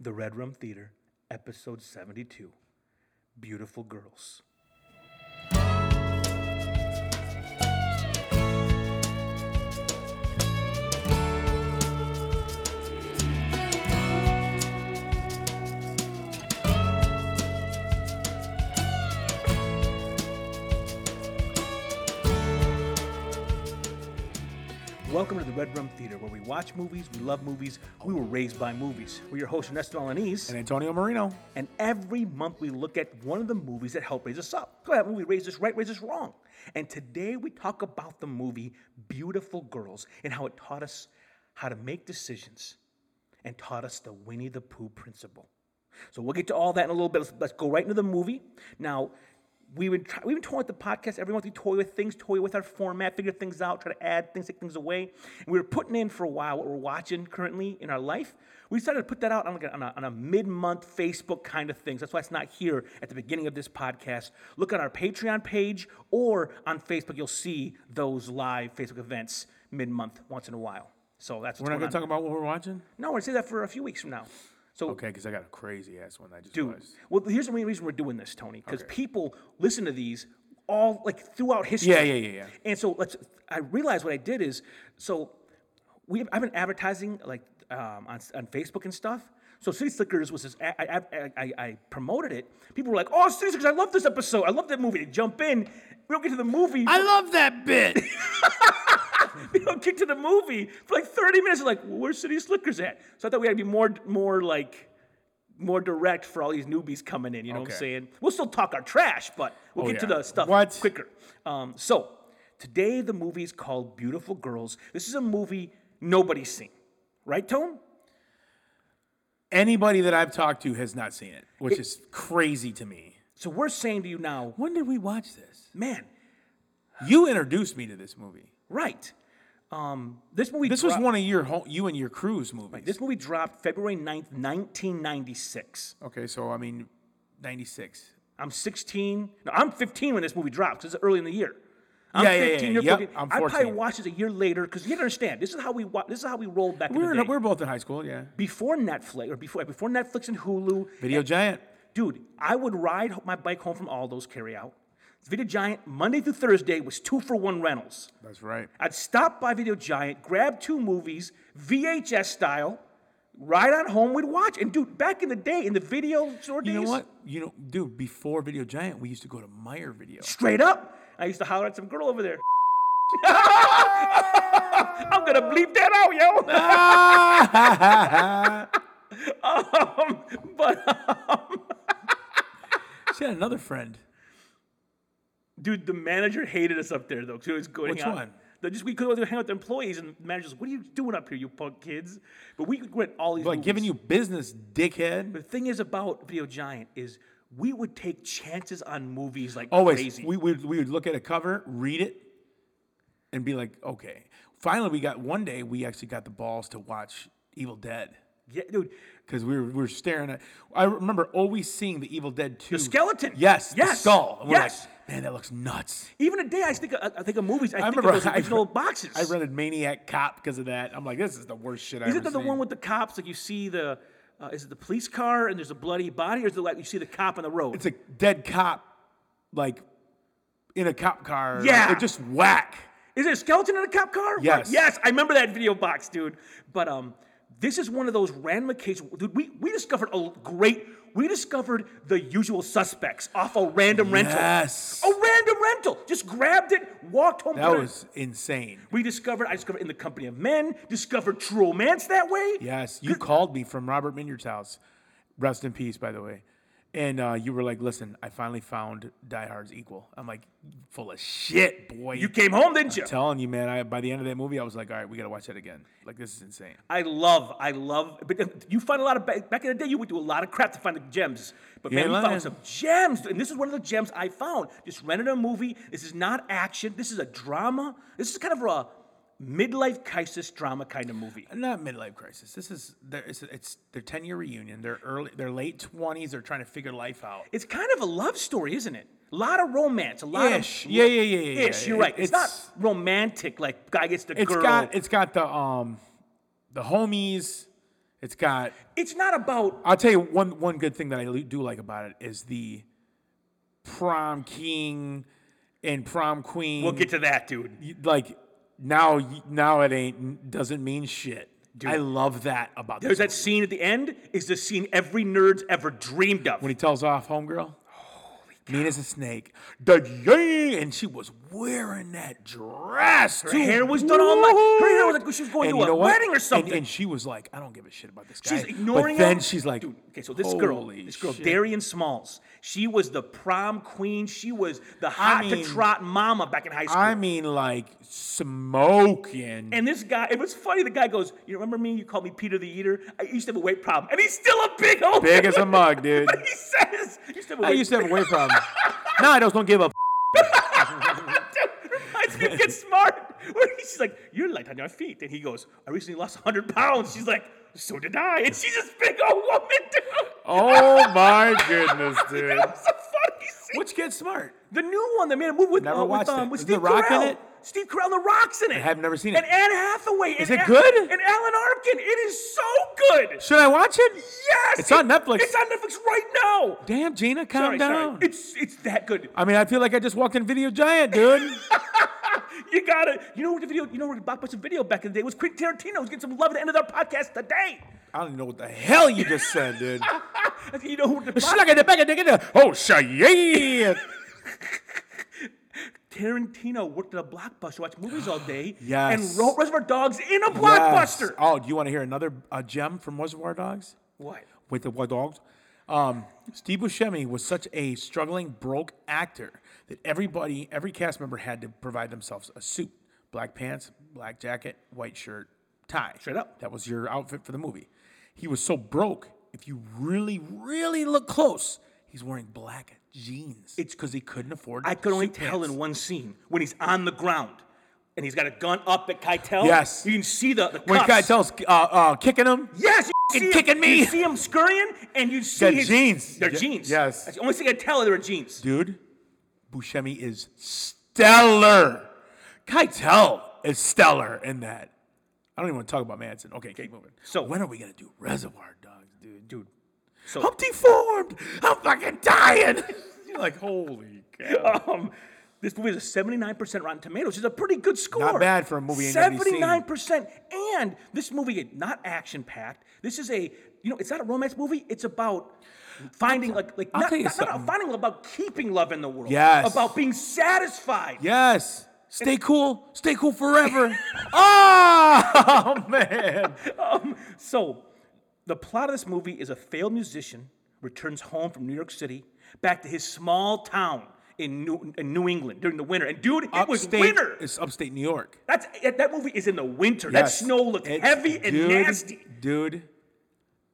The Red Room Theater, Episode 72 Beautiful Girls. Welcome to the Red Room Theater, where we watch movies, we love movies, we were raised by movies. We're your hosts, Ernesto Alanis, and Antonio Marino. and every month we look at one of the movies that helped raise us up. Go ahead, movie raise us right, raise us wrong. And today we talk about the movie Beautiful Girls and how it taught us how to make decisions and taught us the Winnie the Pooh principle. So we'll get to all that in a little bit. Let's, let's go right into the movie. Now, we've been, try, we've been toying with the podcast. Every month we toy with things, toy with our format, figure things out, try to add things, take things away. And we were putting in for a while what we're watching currently in our life. We decided to put that out on, like a, on, a, on a mid-month Facebook kind of thing. So that's why it's not here at the beginning of this podcast. Look on our Patreon page or on Facebook. You'll see those live Facebook events mid-month once in a while. So that's what's We're not going gonna on. talk about what we're watching. No, we're gonna say that for a few weeks from now. So, Okay, because I got a crazy ass one I just dude, watched. well, here's the main reason we're doing this, Tony, because people listen to these all like throughout history. Yeah, yeah, yeah, yeah. And so let's. I realized what I did is so we. I've been advertising like um, on on Facebook and stuff. So City Slickers was this. I, I, I- I, I promoted it. People were like, "Oh, City Slickers! I love this episode. I love that movie." They jump in. We don't get to the movie. I love that bit. you know, kick to the movie for like 30 minutes. It's like, well, where's City Slickers at? So I thought we had to be more, more like, more direct for all these newbies coming in. You know what I'm Okay. saying? We'll still talk our trash, but we'll Oh, get to yeah. the stuff What? quicker. Um, so today the movie is called Beautiful Girls. This is a movie nobody's seen, right, Tone? Anybody that I've talked to has not seen it, which is crazy to me. So we're saying to you now, When did we watch this? man, You introduced me to this movie. right? Um, this movie. This was dro- one of your ho- you and your crew's movies. This movie dropped February 9th, 1996. Okay, so I mean, ninety six. I'm 16. No, I'm 15 when this movie drops. It's early in the year. I'm Yeah, yeah, yeah, You're yep, 15. I'm I probably 14. watched this a year later because you have to understand. This is how we wa- This is how we rolled back We were in in, the we day. were both in high school. Yeah, before Netflix or before before Netflix and Hulu. Video Giant. Dude, I would ride my bike home from Aldo's carry out. Video Giant Monday through Thursday was two for one rentals. That's right. I'd stop by Video Giant, grab two movies, VHS style, ride on home. We'd watch. And dude, back in the day, in the video store days, You know what? You know, dude. Before Video Giant, we used to go to Meyer Video. Straight up. I used to holler at some girl over there. I'm gonna bleep that out, yo. Um, but um, she had another friend. dude, the manager hated us up there though. 'cause we always going Which out. one? They just we could go hang out with the employees and the managers. What are you doing up here, you punk kids? But we went all these. Like giving movies. you business, dickhead. The thing is about Video Giant is we would take chances on movies like Always, crazy. we would we would look at a cover, read it, and be like, okay. Finally, we got one day we actually got the balls to watch Evil Dead yeah, dude. because we were we were staring at. I remember always seeing the Evil Dead two. The skeleton! Yes. The Yes! skull. And we're Yes! like, man, that looks nuts. Even today, I think I, I think of movies. I, think remember of those I- original boxes. I rented Maniac Cop because of that. I'm like, this is the worst shit I Is ever it the, the seen. one with the cops? Like you see the, uh, is it the police car and there's a bloody body, or is it like you see the cop on the road? it's a dead cop, like in a cop car. Like, Yeah. they're just whack. is it a skeleton in a cop car? Right, Yes. Yes, I remember that video box, dude. But um, this is one of those random cases, dude. We we discovered a l- great. We discovered the usual suspects off a random rental. Oh, Yes. A random rental. Just grabbed it, walked home. that put it- was insane. We discovered. I discovered in the company of men. Discovered true romance that way. Yes, you called me from Robert Minyard's house. Rest in peace, by the way. And uh, you were like, "Listen, I finally found Die Hard's equal." I'm like, "Full of shit, boy." You came home, didn't you? telling you, man. I, by the end of that movie, I was like, "All right, we gotta watch that again." Like, this is insane. I love, I love, but uh, you find a lot of, ba- back in the day, you would do a lot of crap to find the gems. But man, ain't we lying. found some gems, and this is one of the gems I found. Just rented a movie. This is not action. This is a drama. This is kind of a midlife crisis drama kind of movie. Not midlife crisis. This is they're, it's, it's their ten year reunion. They're early. They're late twenties. They're trying to figure life out. It's kind of a love story, isn't it? A lot of romance, a lot Ish. of Yeah, yeah, yeah, yeah, yeah. Ish, you're right. It's, not It's- romantic, like guy gets the It's girl. got it's got the um the homies. It's got. It's not about I'll tell you one one good thing that I li- do like about it is the prom king and prom queen. we'll get to that, dude. you- like now y- now it ain't doesn't mean shit. I love that about There's this that scene at the end is the scene every nerd's ever dreamed of. when he tells off homegirl. Mean as a snake. The yay! And she was wearing that dress. Her hair was done all night. Her hair was like she was going to a wedding or something. And, she was like, I don't give a shit about this guy. She's ignoring But then him. she's like, Dude, okay, so this girl, "Holy this girl, shit." Darian Smalls, she was the prom queen. She was the hot to mean- trot mama back in high school. I mean, like smoking. and this guy, it was funny. The guy goes, "You remember me? You called me Peter the Eater. I used to have a weight problem, and he's still a big old Big as a mug, dude. But he says, "You used to have a I weight used to have a weight problem. now I just don't give a. f- Dude, reminds me of Get Smart, where he's like, "You're light on your feet," and he goes, "I recently lost 100 pounds." She's like, "So did I," and she's this big old woman, dude. Oh my goodness, dude. That's a funny scene. Which gets smart? The new one, the man movie with, Never uh, with, watched um, it. with Is The Steve Rock in Carell. it? Steve Carell, and The Rock's in it. I have never seen And it. Anne Hathaway. Is and it Al- good? And Alan Arkin. It is so good. Should I watch it? Yes. It's on it- Netflix. It's on Netflix right now. Damn, Gina, Sorry, calm sorry. down. It's it's that good. I mean, I feel like I just walked in Video Giant, dude. You gotta. You know what the video? You know what the blockbuster video back in the day was? Quentin Tarantino was getting some love at the end of their podcast today. I don't even know what the hell you just said, dude. I said, you know who the block- Slug in the back of the- in the- Oh, shit. Tarantino worked at a blockbuster, watched movies all day, Yes. and wrote Reservoir Dogs in a Yes. blockbuster. Oh, do you want to hear another uh, gem from Reservoir Dogs? What? with the War Dogs. Um, Steve Buscemi was such a struggling, broke actor that everybody, every cast member had to provide themselves a suit: black pants, black jacket, white shirt, tie. Straight up. That was your outfit for the movie. He was so broke. If you really, really look close, he's wearing black jeans. It's because he couldn't afford. I could only suit tell pants. in one scene when he's on the ground and he's got a gun up at Keitel. Yes. You can see the, the when cuffs. Keitel's uh, uh, kicking him. Yes, you Fucking see him- kicking me. You see him scurrying and you see They're his jeans. They're Ye- jeans. yes. That's the only thing I could tell they were jeans. dude, Buscemi is stellar. Keitel is stellar in that. I don't even want to talk about Manson. Okay, keep moving. So- when are we gonna do Reservoir Dogs, dude? Dude, So- I'm deformed. I'm fucking dying. You're like, holy cow. Um, this movie is a 79% Rotten Tomatoes. It's a pretty good score. bad for a movie ain't gonna be seen. 79%. And this movie is not action packed. This is a, you know, it's not a romance movie. It's about finding, like, like I'll not, tell you not, not about something. finding, about keeping love in the world. Yes. About being satisfied. Yes. Stay cool. Stay cool forever. oh man. So, the plot of this movie is a failed musician returns home from New York City back to his small town in New, in New England during the winter. And dude, it was Upstate- winter. It's upstate New York. That's that, that movie is in the winter. That Yes. snow looked It's- heavy and dude, nasty, Dude,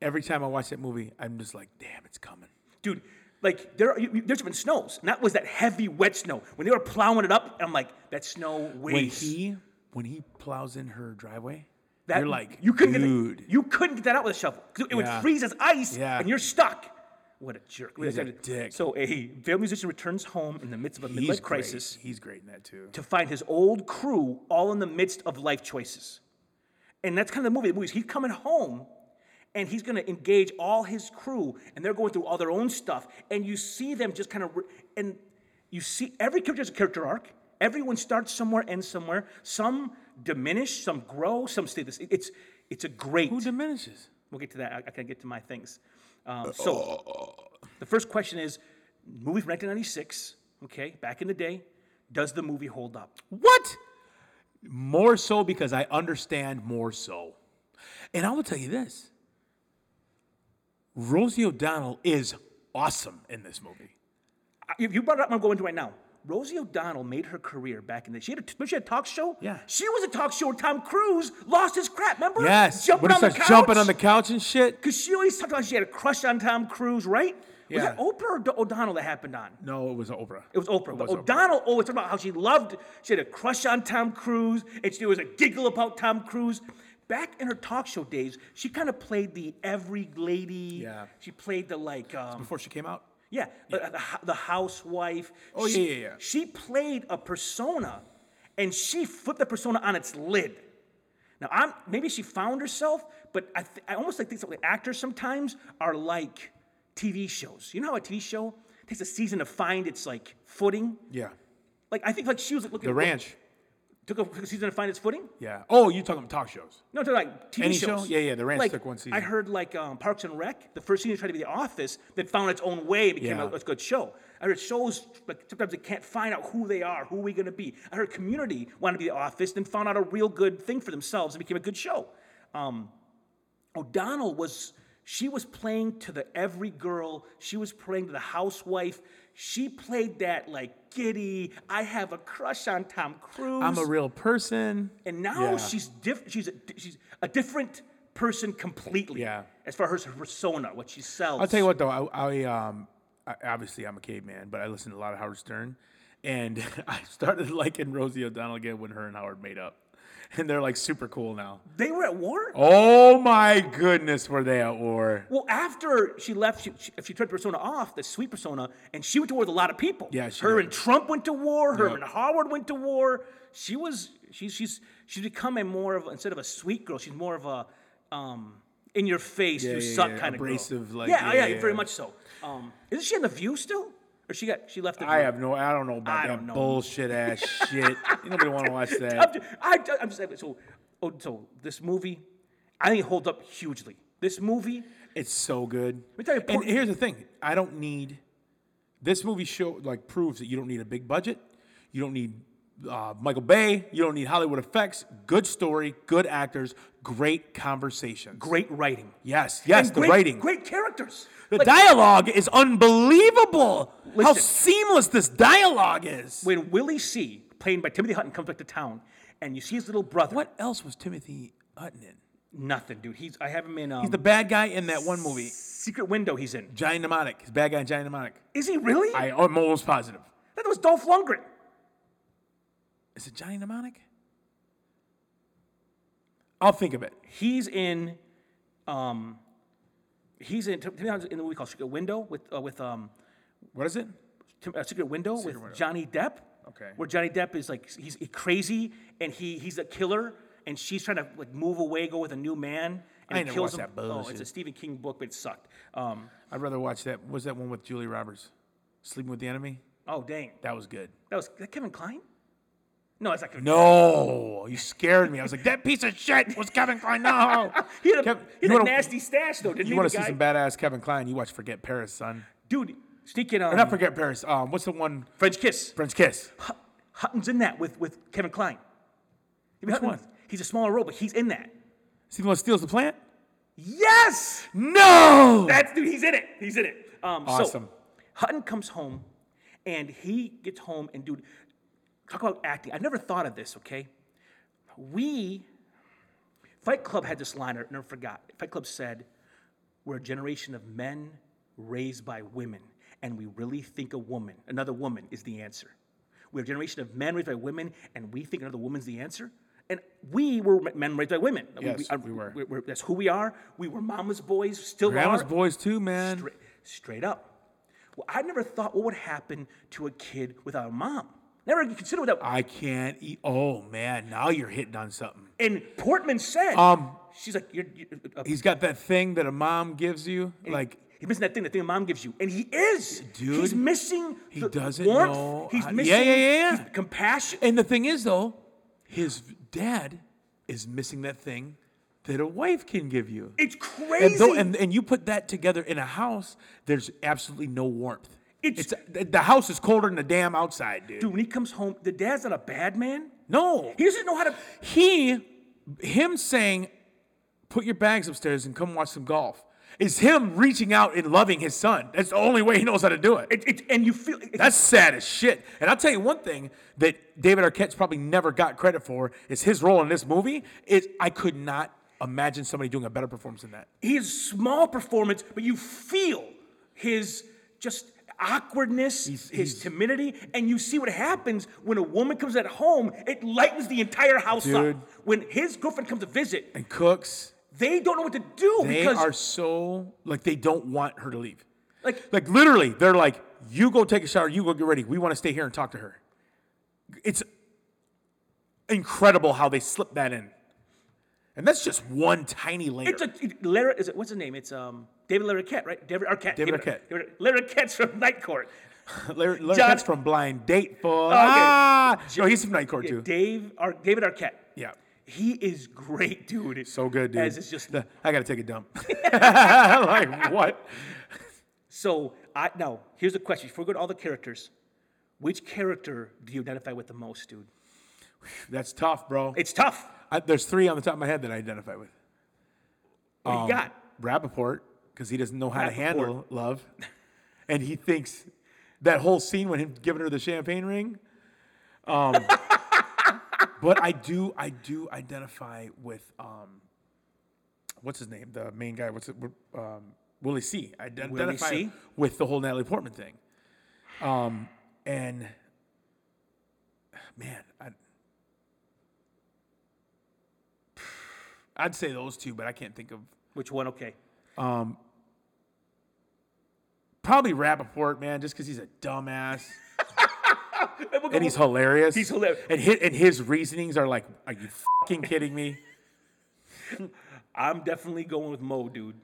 every time I watch that movie, I'm just like, damn, it's coming. dude. Like there, are, you- you- there's been snows, and that was that heavy, wet snow. When they were plowing it up, I'm like, that snow When weighs. he when he plows in her driveway, that, you're like, you couldn't, dude. Get, you couldn't get that out with a shovel. 'cause It Yeah. would freeze as ice, Yeah. and you're stuck. What a jerk! He's a dick. So a failed musician returns home in the midst of a he's midlife great. crisis He's great in that too. to find his old crew all in the midst of life choices. And that's kind of the movie. The movie is he's coming home and he's going to engage all his crew and they're going through all their own stuff. And you see them just kind of, re- and you see every character has a character arc. Everyone starts somewhere, ends somewhere. Some diminish, some grow, some stay this. It's, it's a great. Who diminishes? We'll get to that. I, I can get to my things. Um, so, the first question is movie from 1996, okay, back in the day, does the movie hold up? What? More so because I understand more so. And I will tell you this. Rosie O'Donnell is awesome in this movie. I- if you brought it up, I'm going to right now. Rosie O'Donnell made her career back in the. She had a, remember she had a talk show. Yeah. She was a talk show. where Tom Cruise lost his crap. Remember? Yes. Jumping when he on the starts couch. jumping on the couch and shit. Because she always talked about she had a crush on Tom Cruise, right? Was that Yeah. Oprah or Do- O'Donnell that happened on? No, it was Oprah. It was Oprah. but O'Donnell always talked about how she loved, she had a crush on Tom Cruise, and she was a giggle about Tom Cruise. Back in her talk show days, she kind of played the every lady. Yeah. She played the like. Um, Before she came out. yeah, uh, The, hou- the housewife. Oh, she, yeah, yeah, yeah. She played a persona, and she flipped the persona on its lid. Now, I'm maybe she found herself, but I, th- I almost like think that actors sometimes are like TV shows. You know how a TV show takes a season to find its like footing. Yeah. Like I think like she was like looking The Ranch. took a took a season to find its footing. Yeah. Oh, you talking about talk shows? No, to like TV Any show? shows. Yeah, yeah, The Ranch like, took one season. I heard like um, Parks and Rec, the first season tried to be The Office, that found its own way, became a, Yeah. a good show. I heard shows like sometimes they can't find out who they are, who are we gonna be. I heard Community wanted to be The Office, then found out a real good thing for themselves and became a good show. Um, O'Donnell was she was playing to the every girl. She was playing to the housewife. She played that like giddy. I have a crush on Tom Cruise I'm a real person. and now Yeah. she's diff- she's a, she's a different person completely. Yeah. As far as her persona, what she sells. I'll tell you what though, I, I um I, obviously I'm a caveman, but I listen to a lot of Howard Stern, and I started liking Rosie O'Donnell again when her and Howard made up, and they're like super cool now. They were at war. Oh my goodness, were they at war? Well, after she left, she, she, if she turned persona off, the sweet persona, and she went to war with a lot of people. Yeah, she her did. and Trump went to war. Her and Howard went to war. She was she's she's she's become a more of instead of a sweet girl, she's more of a um, in your face, you yeah, suck yeah, kind of abrasive, girl. like, yeah, yeah, yeah, yeah. very much so. Um, isn't she in the View still? Or she got she left the. I View? have no, I don't know about I that don't know. bullshit ass shit. You nobody want to watch I'm that. just, I, am just saying, so, oh, so this movie, I think it holds up hugely. This movie, It's so good. me tell you, and Port- here's the thing: I don't need this movie show like proves that you don't need a big budget, you don't need uh, Michael Bay, you don't need Hollywood effects. Good story, good actors, great conversations. great writing. Yes, yes, And the great, writing, Great characters. the Like, dialogue is unbelievable. How Listen. seamless this dialogue is. when Willie C., played by Timothy Hutton, comes back to town, and you see his little brother. What else was Timothy Hutton in? Nothing, dude. He's I have him in um, He's the bad guy in that one movie, Secret Window he's in. Giant Mnemonic. He's the bad guy in Giant Mnemonic. Is he really? I, I'm almost positive. that was Dolph Lundgren. Is it Johnny Mnemonic? I'll think of it. He's in, um, he's in, Timothy Hutton's in the movie called Secret Window with, uh, with um, What is it? Tim- uh, Secret Window with Johnny Depp. Okay. Where Johnny Depp is like he's crazy and he he's a killer and she's trying to like move away, go with a new man. And I he never kills watched him. that Oh, bullshit. it's a Stephen King book, but it sucked. Um, I'd rather watch that. What was that one with Julie Roberts? Sleeping with the Enemy? oh dang, That was good. that was that Kevin Klein. No, that's not Kevin. No, you scared me. I was like, that piece of shit was Kevin Klein. No. He had a, Kev- he had you a wanna- nasty stash though, didn't You he? want the to see guy? some badass Kevin Klein? You watch Forget Paris, son. dude? Sneaking on Not Forget Paris. Um, what's the one? French Kiss. French Kiss. Hut- Hutton's in that with with Kevin Klein. Which one? He's a smaller role, but he's in that. See the one that steals the plant? Yes. No. That's dude. He's in it. He's in it. Um, Awesome. So Hutton comes home, and he gets home, and dude, talk about acting. I never thought of this. Okay, we Fight Club had this line I never forgot. Fight Club said, "We're a generation of men raised by women, and we really think a woman, another woman, is the answer. We're a generation of men raised by women, and we think another woman's the answer." And we were men raised by women. Yes, uh, we were. we're- we're- that's who we are. We were mama's boys, still Grandma's are. Boys too, man. Straight, straight up. Well, I never thought what would happen to a kid without a mom. Never even considered what that. I can't eat. Oh man, now you're hitting on something. And Portman said, Um, she's like, you're, you're uh, He's got that thing that a mom gives you, like he's missing that thing, the thing mom gives you, and he is. Dude, he's missing. he the doesn't warmth. know He's how- missing. Yeah, yeah, yeah, yeah. he's compassion. And the thing is, though, his dad is missing that thing that a wife can give you. It's crazy. And, though, and, and you put that together in a house, there's absolutely no warmth. It's- It's, th- the house is colder than the damn outside, dude. Dude, when he comes home, the dad's not a bad man. No, He doesn't know how to. he, him saying, "Put your bags upstairs and come watch some golf," is him reaching out and loving his son. That's the only way he knows how to do it. It, it, and you feel. it- That's sad as shit. And I'll tell you one thing that David Arquette's probably never got credit for is his role in this movie. Is I could not imagine somebody doing a better performance than that. his small performance, but you feel his just awkwardness, his he's- timidity, and you see what happens when a woman comes at home. It lightens the entire house Dude. up. When his girlfriend comes to visit, And Cooks, they don't know what to do they because are so like they don't want her to leave. like Like literally, they're like, "You go take a shower. You go get ready. We want to stay here and talk to her." It's incredible how they slip that in. And that's just one tiny layer. It's a Lara, is it what's his name? It's um David Larroquette, right? David Arquette. David Arquette. David- Larroquette's from Night Court. Larry, Larry John- Oh, Pitt's from Blind Date, fool. okay. Ah! No, he's from Night Court, too. Dave Ar, David Arquette. Yeah. He is great, dude. So good, dude. As it's just The- I got to take a dump. like, what? so. I now here's the question: If we go to all the characters, which character do you identify with the most, dude? That's tough, bro. It's tough. I, there's three on the top of my head that I identify with. What Um, do you got? Rappaport, because he doesn't know how to Rappaport. handle love. And he thinks that whole scene when him giving her the champagne ring. Um, but I do, I do identify with um, what's his name, the main guy. What's it? Um, Willie C. I ident- Willie identify C? with the whole Natalie Portman thing. Um, and man, I, I'd say those two, but I can't think of Which one? Okay. Probably Rappaport, man, just because he's a dumbass And we'll go- and he's hilarious. He's hilarious. And his, and his reasonings are like, are you fucking kidding me? I'm definitely going with Mo, dude.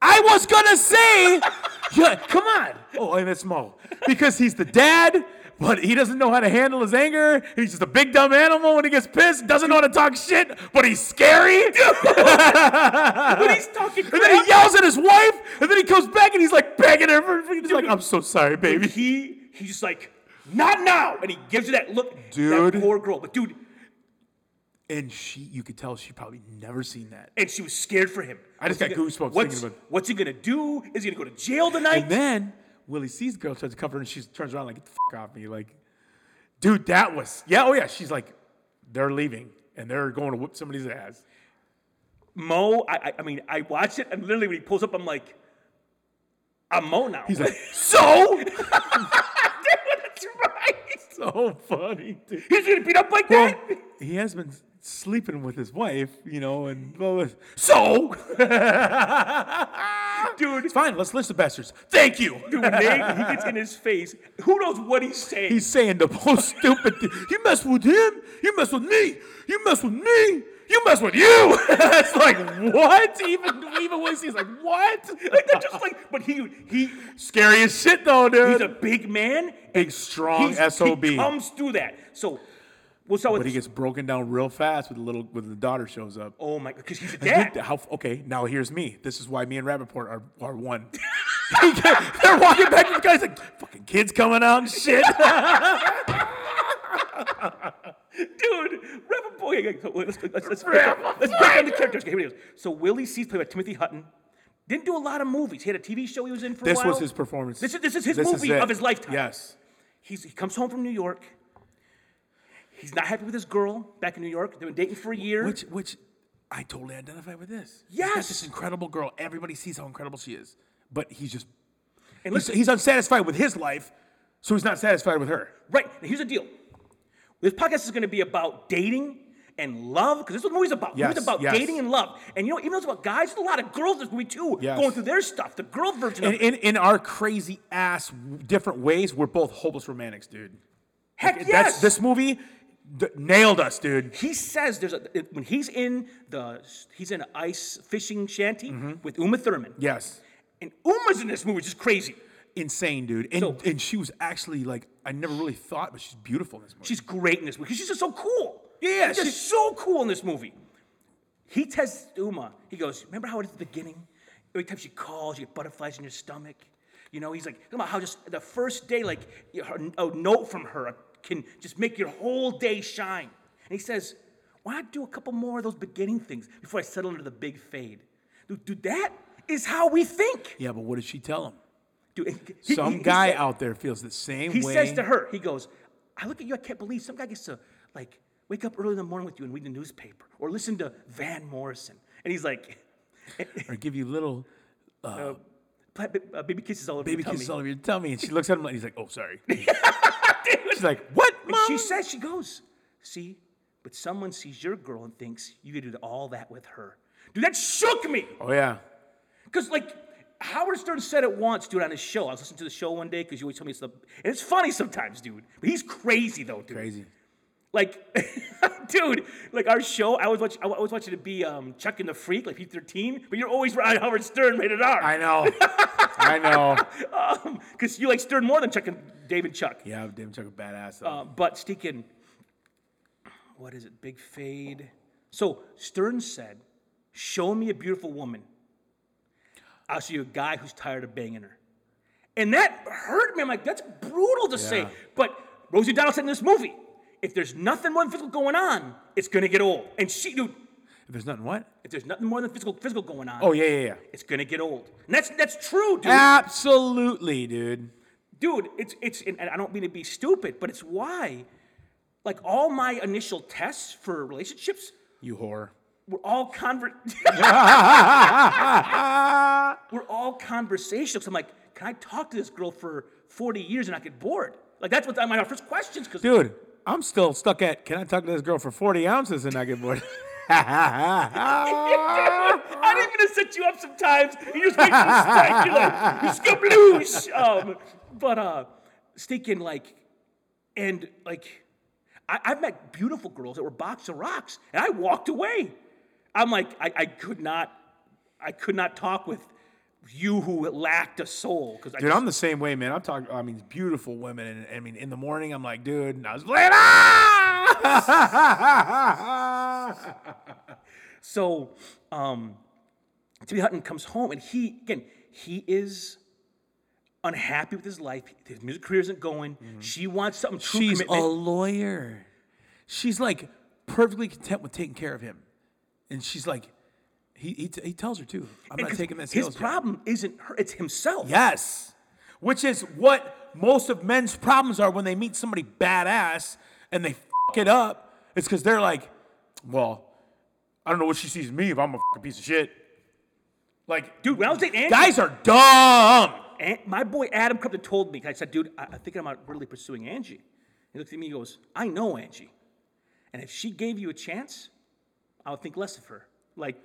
I was gonna say, yeah, come on. Oh, and it's Mo because he's the dad, but he doesn't know how to handle his anger. He's just a big dumb animal when he gets pissed. Doesn't know how to talk shit, but he's scary. But he's talking And then crap. he yells at his wife, and then he comes back and he's like begging her. For, he's like, I'm so sorry, baby. he he's just like, not now, and he gives you that look, Dude. That poor girl, but dude, And she, you could tell she probably never seen that. and she was scared for him. I just got What's he gonna- goosebumps What's, thinking about- what's he gonna do? Is he gonna go to jail tonight? And then Willie sees the girl tries to comfort her, and she turns around like, "Get the fuck off me!" Like, dude, that was yeah, oh yeah. She's like, they're leaving, and they're going to whoop somebody's ass. Mo, I, I I mean, I watched it, and literally when he pulls up, I'm like, I'm Mo now. He's like, so, that's right. so funny, dude. He's gonna beat up like Well, that. he has been sleeping with his wife, you know, and blah, blah. so, Dude. It's fine. Let's list the bastards. Thank you. Dude, when they, he gets in his face. Who knows what he's saying? He's saying the most stupid thing. You mess with him, you mess with me, you mess with me, you mess with you. it's like, what? Even even Willie's like, what? like they're just like, but he he Scary as shit though, he's dude. a big man. big strong He's- SOB. He comes through that. So we'll start with but he gets broken down real fast with the little when the daughter shows up. Oh my because he's a Dude, dad. how, okay, now here's me. This is why me and Rappaport are, are one. He get- They're walking back to the guy's like, fucking kids coming out and shit. Dude, Rappaport. okay, okay, Let's, let's, let's, let's, let's break down the characters. Okay, here it is. So Willie Cease played by Timothy Hutton. Didn't do a lot of movies. He had a TV show he was in for a this while. was his performance. This is, this is his This is movie it. of his lifetime. Yes. He's, he comes home from New York. He's not happy with his girl back in New York. They've been dating for a year. Which which I totally identify with this. He's got Yes. this incredible girl. Everybody sees how incredible she is, but he's just and he's, listen, he's unsatisfied with his life, so he's not satisfied with her. right, now here's the deal. This podcast is going to be about dating and love, because this is what the movie's about. The Yes, movie's about yes. dating and love. And you know, even though it's about guys, there's a lot of girls in this movie too Yes. going through their stuff, the girl version In, of in in our crazy ass different ways, we're both hopeless romantics, dude. Heck That's yes! this movie d- nailed us, dude. he says there's a when he's in the he's in an ice fishing shanty Mm-hmm. with Uma Thurman. Yes. And Uma's in this movie, which is crazy. Insane, dude. And So- and she was actually like I never really thought, but she's beautiful in this movie. She's great in this movie. 'cause She's just so cool. Yeah, she's just she's- so cool in this movie. He tests Uma. He goes, "Remember how it is at the beginning? Every time she calls, you get butterflies in your stomach. You know." He's like, "Come on, how just the first day, like her, a note from her can just make your whole day shine." And he says, "Why not do a couple more of those beginning things before I settle into the big fade?" Dude, dude that is how we think. yeah, but what did she tell him? Dude, and he- Some he- he guy said- out there feels the same he way. says to her, he goes, I look at you, I can't believe some guy gets to like wake up early in the morning with you and read the newspaper or listen to Van Morrison. And he's like, or give you little "Pla- b- uh, baby kisses all over baby your tummy." kisses all over your tummy, and she looks at him like he's like, "Oh, sorry." She's like, "What, And mom?" she says, she goes, see, but someone sees your girl and thinks you could do all that with her. Dude, that shook me. oh yeah, Because like Howard Stern said it once, dude, on his show. I was listening to the show one day because you always tell me it's the, and it's funny sometimes, dude. But he's crazy though, dude. crazy. Like, dude, like our show, I always watch, I always watch it to be um, Chuck and the Freak, like P13, but you're always on Howard Stern rated R. I know. I know. Because Um, you like Stern more than Chuck and Dave and Chuck. Yeah, David took a badass though. Uh, but Steakin, what is it? Big fade. So Stern said, "Show me a beautiful woman. I'll show you a guy who's tired of banging her." And that hurt me. I'm like, that's brutal to say. Yeah. But Rosie O'Donnell said in this movie, if there's nothing more than physical going on, it's gonna get old. And she, dude, if there's nothing what? if there's nothing more than physical physical going on, Oh yeah, yeah, yeah. it's gonna get old. And that's that's true, dude. Absolutely, dude. dude it's it's and i don't mean to be stupid but it's why like all my initial tests for relationships You whore. were all conver- were all conversations i'm like can i talk to this girl for 40 years and not get bored like that's what my first questions because Dude, I'm still stuck at can I talk to this girl for 40 ounces and not get bored? I'm even gonna set you up sometimes. You just make me strike. You're like, you skabloosh. Um, but uh, stinking like, and like, I, I've met beautiful girls that were box of rocks, and I walked away. I'm like, I, I could not, I could not talk with you who lacked a soul because I Dude, I'm the same way, man. I'm talking. I mean, beautiful women, and I mean, in the morning, I'm like, dude, and I was like, ah! So, um, Timothy Hutton comes home, and he again he is unhappy with his life. His music career isn't going. She wants something true Mm-hmm. She's commitment. a lawyer. She's like perfectly content with taking care of him, and she's like, he he, t- he tells her too. I'm And not 'cause taking that His sales job." problem isn't her; it's himself. Yes, which is what most of men's problems are when they meet somebody badass and they fuck it up. It's because they're like, well, I don't know what she sees in me if I'm a fucking piece of shit. Like, dude, Dude, when I was dating Andrew, guys are dumb. An- my boy Adam Krypton told me, 'cause I said, dude, I- I'm thinking about really pursuing Angie. He looked at me and goes, I know Angie. And if she gave you a chance, I would think less of her. Like,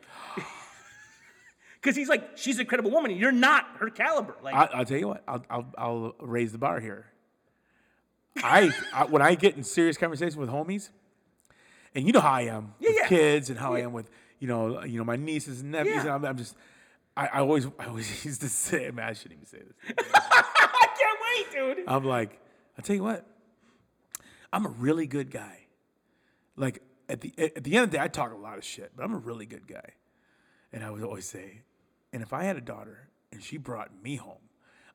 because he's like, she's an incredible woman, and you're not her caliber. Like, I, I'll tell you what, I'll, I'll, I'll raise the bar here. I, I when I get in serious conversation with homies, and you know how I am with yeah. kids and how I am with you know you know my nieces and nephews, Yeah. and I'm, I'm just I, I always I always used to say, man, I shouldn't even say this. I can't wait, dude. I'm like, I tell you what, I'm a really good guy. Like at the at the end of the day, I talk a lot of shit, but I'm a really good guy. And I would always say, and if I had a daughter and she brought me home,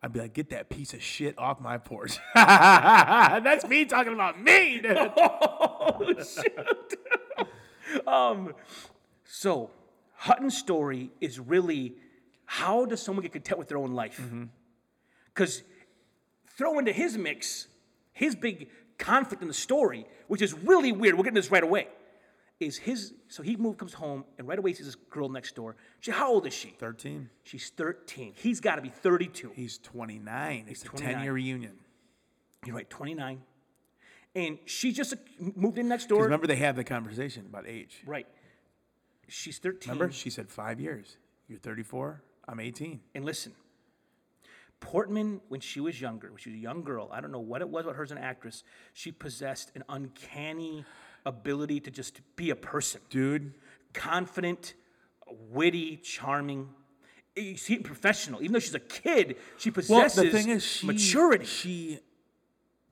I'd be like, get that piece of shit off my porch. That's me talking about me. dude. oh shoot. um, so Hutton's story is really how does someone get content with their own life? Mm-hmm. Because throw into his mix his big conflict in the story, which is really weird. We're getting this right away. Is his so he moved comes home and right away he sees this girl next door. She how old is she? Thirteen. She's 13. He's got to be 32. He's 29. It's a 29. 10 year reunion. You're right, 29. And she just uh, moved in next door. Remember, they had the conversation about age. Right. She's 13. Remember, she said five years. You're 34. I'm 18. And listen, Portman, when she was younger, when she was a young girl, I don't know what it was about her as an actress, she possessed an uncanny ability to just be a person Dude, confident, witty, charming. You see it professional. Even though she's a kid, she possesses maturity. She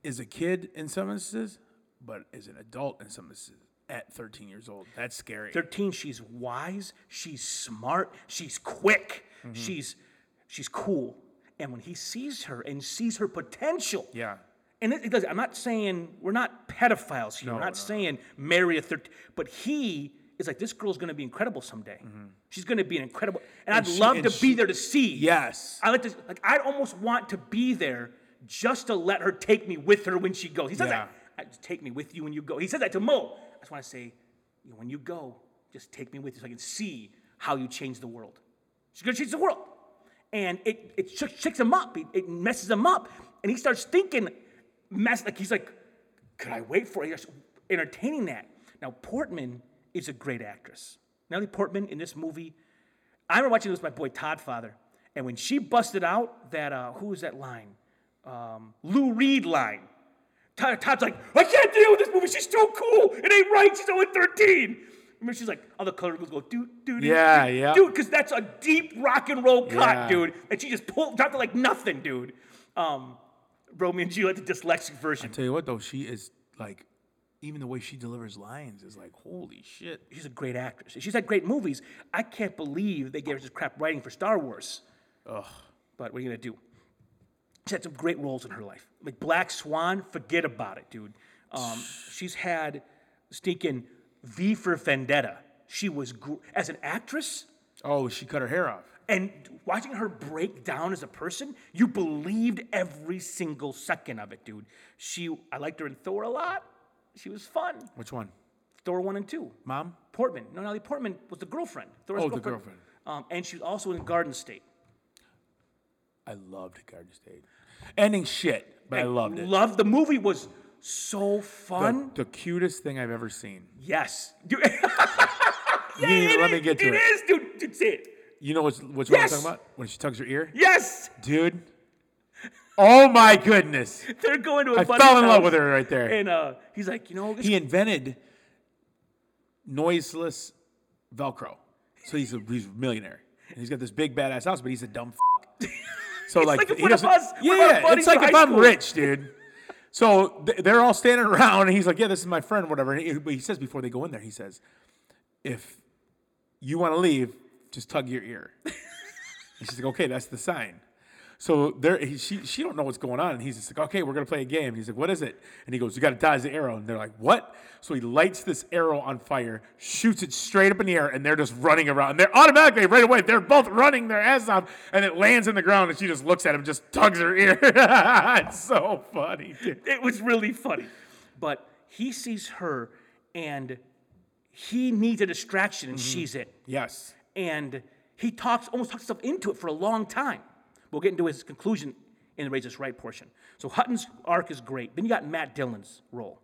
is a kid in some instances, but is an adult in some instances at 13 years old. That's scary. 13 she's wise she's smart she's quick she's she's cool and when he sees her and sees her potential yeah. and it, it does i'm not saying we're not pedophiles here we're not saying marry a 13 but he is like this girl's going to be incredible someday she's going to be an incredible and, i'd she- love Mm-hmm. and to be she- there to see Yes. i like to like i'd almost want to be there just to let her take me with her when she goes he says Yeah. that I, just take me with you when you go. He said that to Mo. I just want to say, you know, when you go, just take me with you so I can see how you change the world. She's gonna change the world, and it it shook, shakes him up. It, it messes him up, and he starts thinking, mess like he's like, could I wait for it? He's entertaining that. Now Portman is a great actress. Natalie Portman in this movie, I remember watching this with my boy Todd Father, and when she busted out that uh, who was that line, um, Lou Reed line. Todd, Todd's like, I can't deal with this movie. She's so cool. It ain't right. She's only 13. Remember, she's like, all the color girls go, dude, dude, Yeah, dude, yeah. dude, because that's a deep rock and roll cut, Yeah. dude. And she just pulled, dropped it like nothing, dude. Um, Romeo and Juliet, the dyslexic version. Tell you what though, she is like, even the way she delivers lines is like, holy shit. She's a great actress. She's had great movies. I can't believe they gave her this crap writing for Star Wars. Ugh. But what are you gonna do? She had some great roles in her life. Like Black Swan, forget about it, dude. Um, she's had stinking V for Vendetta. She was gr- as an actress, Oh, she cut her hair off. and watching her break down as a person, you believed every single second of it, dude. She, I liked her in Thor a lot. She was fun. Which one? Thor one and two. Mom? Portman. No, Natalie Portman was the girlfriend. Thor's Oh, the girlfriend. Um, and she was also in Garden State. I loved Garden State. Ending shit, but I loved it. Loved the movie was so fun. The, the cutest thing I've ever seen. Yes. You, You didn't even let me get to it. It is, dude. Dude, say it. You know what's what's Yes! what I'm talking about? When she tugs her ear? Yes. Dude. Oh my goodness. They're going to a I buddy's fell in love house, with her right there. And uh, he's like, you know, this He invented noiseless Velcro. So he's a he's a millionaire. And he's got this big badass house, but he's a dumb f- So like, like if he one of doesn't- us- yeah, one of our buddies it's like from if high I'm school. rich, dude. So th- they're all standing around, and he's like, "Yeah, this is my friend, whatever." And he, but he says before they go in there, he says, "If you want to leave, just tug your ear." and she's like, "Okay, that's the sign." So there, he, she she don't know what's going on, and he's just like, "Okay, we're gonna play a game." And he's like, "What is it?" And he goes, "You got to dodge the arrow." And they're like, "What?" So he lights this arrow on fire, shoots it straight up in the air, and they're just running around. And they're automatically right away, they're both running their ass off, and it lands in the ground, and she just looks at him, just tugs her ear. it's so funny. dude. it was really funny. But he sees her and he needs a distraction and Mm-hmm. she's it. Yes. And he talks, almost talks himself into it for a long time. We'll get into his conclusion in the Raise Us Right portion. So Hutton's arc is great. Then you got Matt Dillon's role.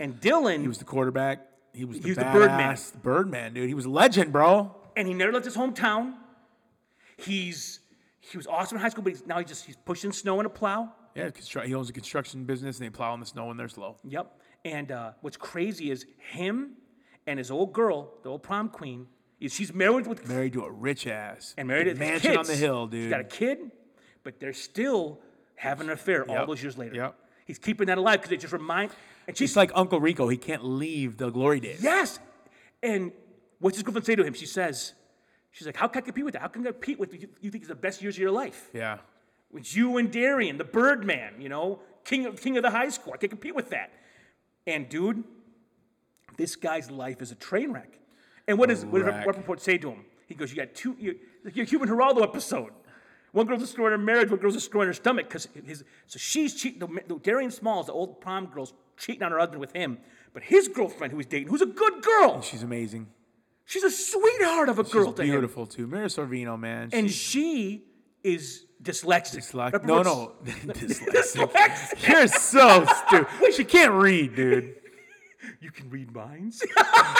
And Dillon, He was the quarterback. He was the, was the Birdman. badass, the Birdman. Birdman, dude. He was a legend, bro. and he never left his hometown. He's he was awesome in high school, but he's, now he's just he's pushing snow in a plow. Yeah, constru- he owns a construction business, and they plow in the snow when they're slow. Yep. And uh, what's crazy is him and his old girl, the old prom queen. is She's married with Married to a rich ass. and married to his mansion on the kids. hill, dude. She's got a kid, but they're still having an affair all Yep. those years later. Yep. He's keeping that alive because it just reminds. And she's Just like Uncle Rico, he can't leave the glory days. Yes. And what's his girlfriend say to him? She says, "She's like, how can I compete with that? How can I compete with you? You think it's the best years of your life?" Yeah. It's you and Darian, the Birdman, you know, king of, king of the high school. I can't compete with that. And dude, this guy's life is a train wreck. And what does what does Wreck. Rappaport say to him? He goes, "You got two. You, like your Cuban Geraldo episode. One girl's destroying her marriage. One girl's destroying her stomach because his. So she's cheating. The, the Darian Smalls, the old prom girl's cheating on her husband with him. But his girlfriend, who he's dating, who's a good girl, She's amazing. she's a sweetheart of a girl She's to him. beautiful too. Mira Sorvino, man. And she is dyslexic. Dyslexic. No, Rappaport's- no. Dyslexic. Dyslexic. You're so stupid. She can't read, dude. You can read minds.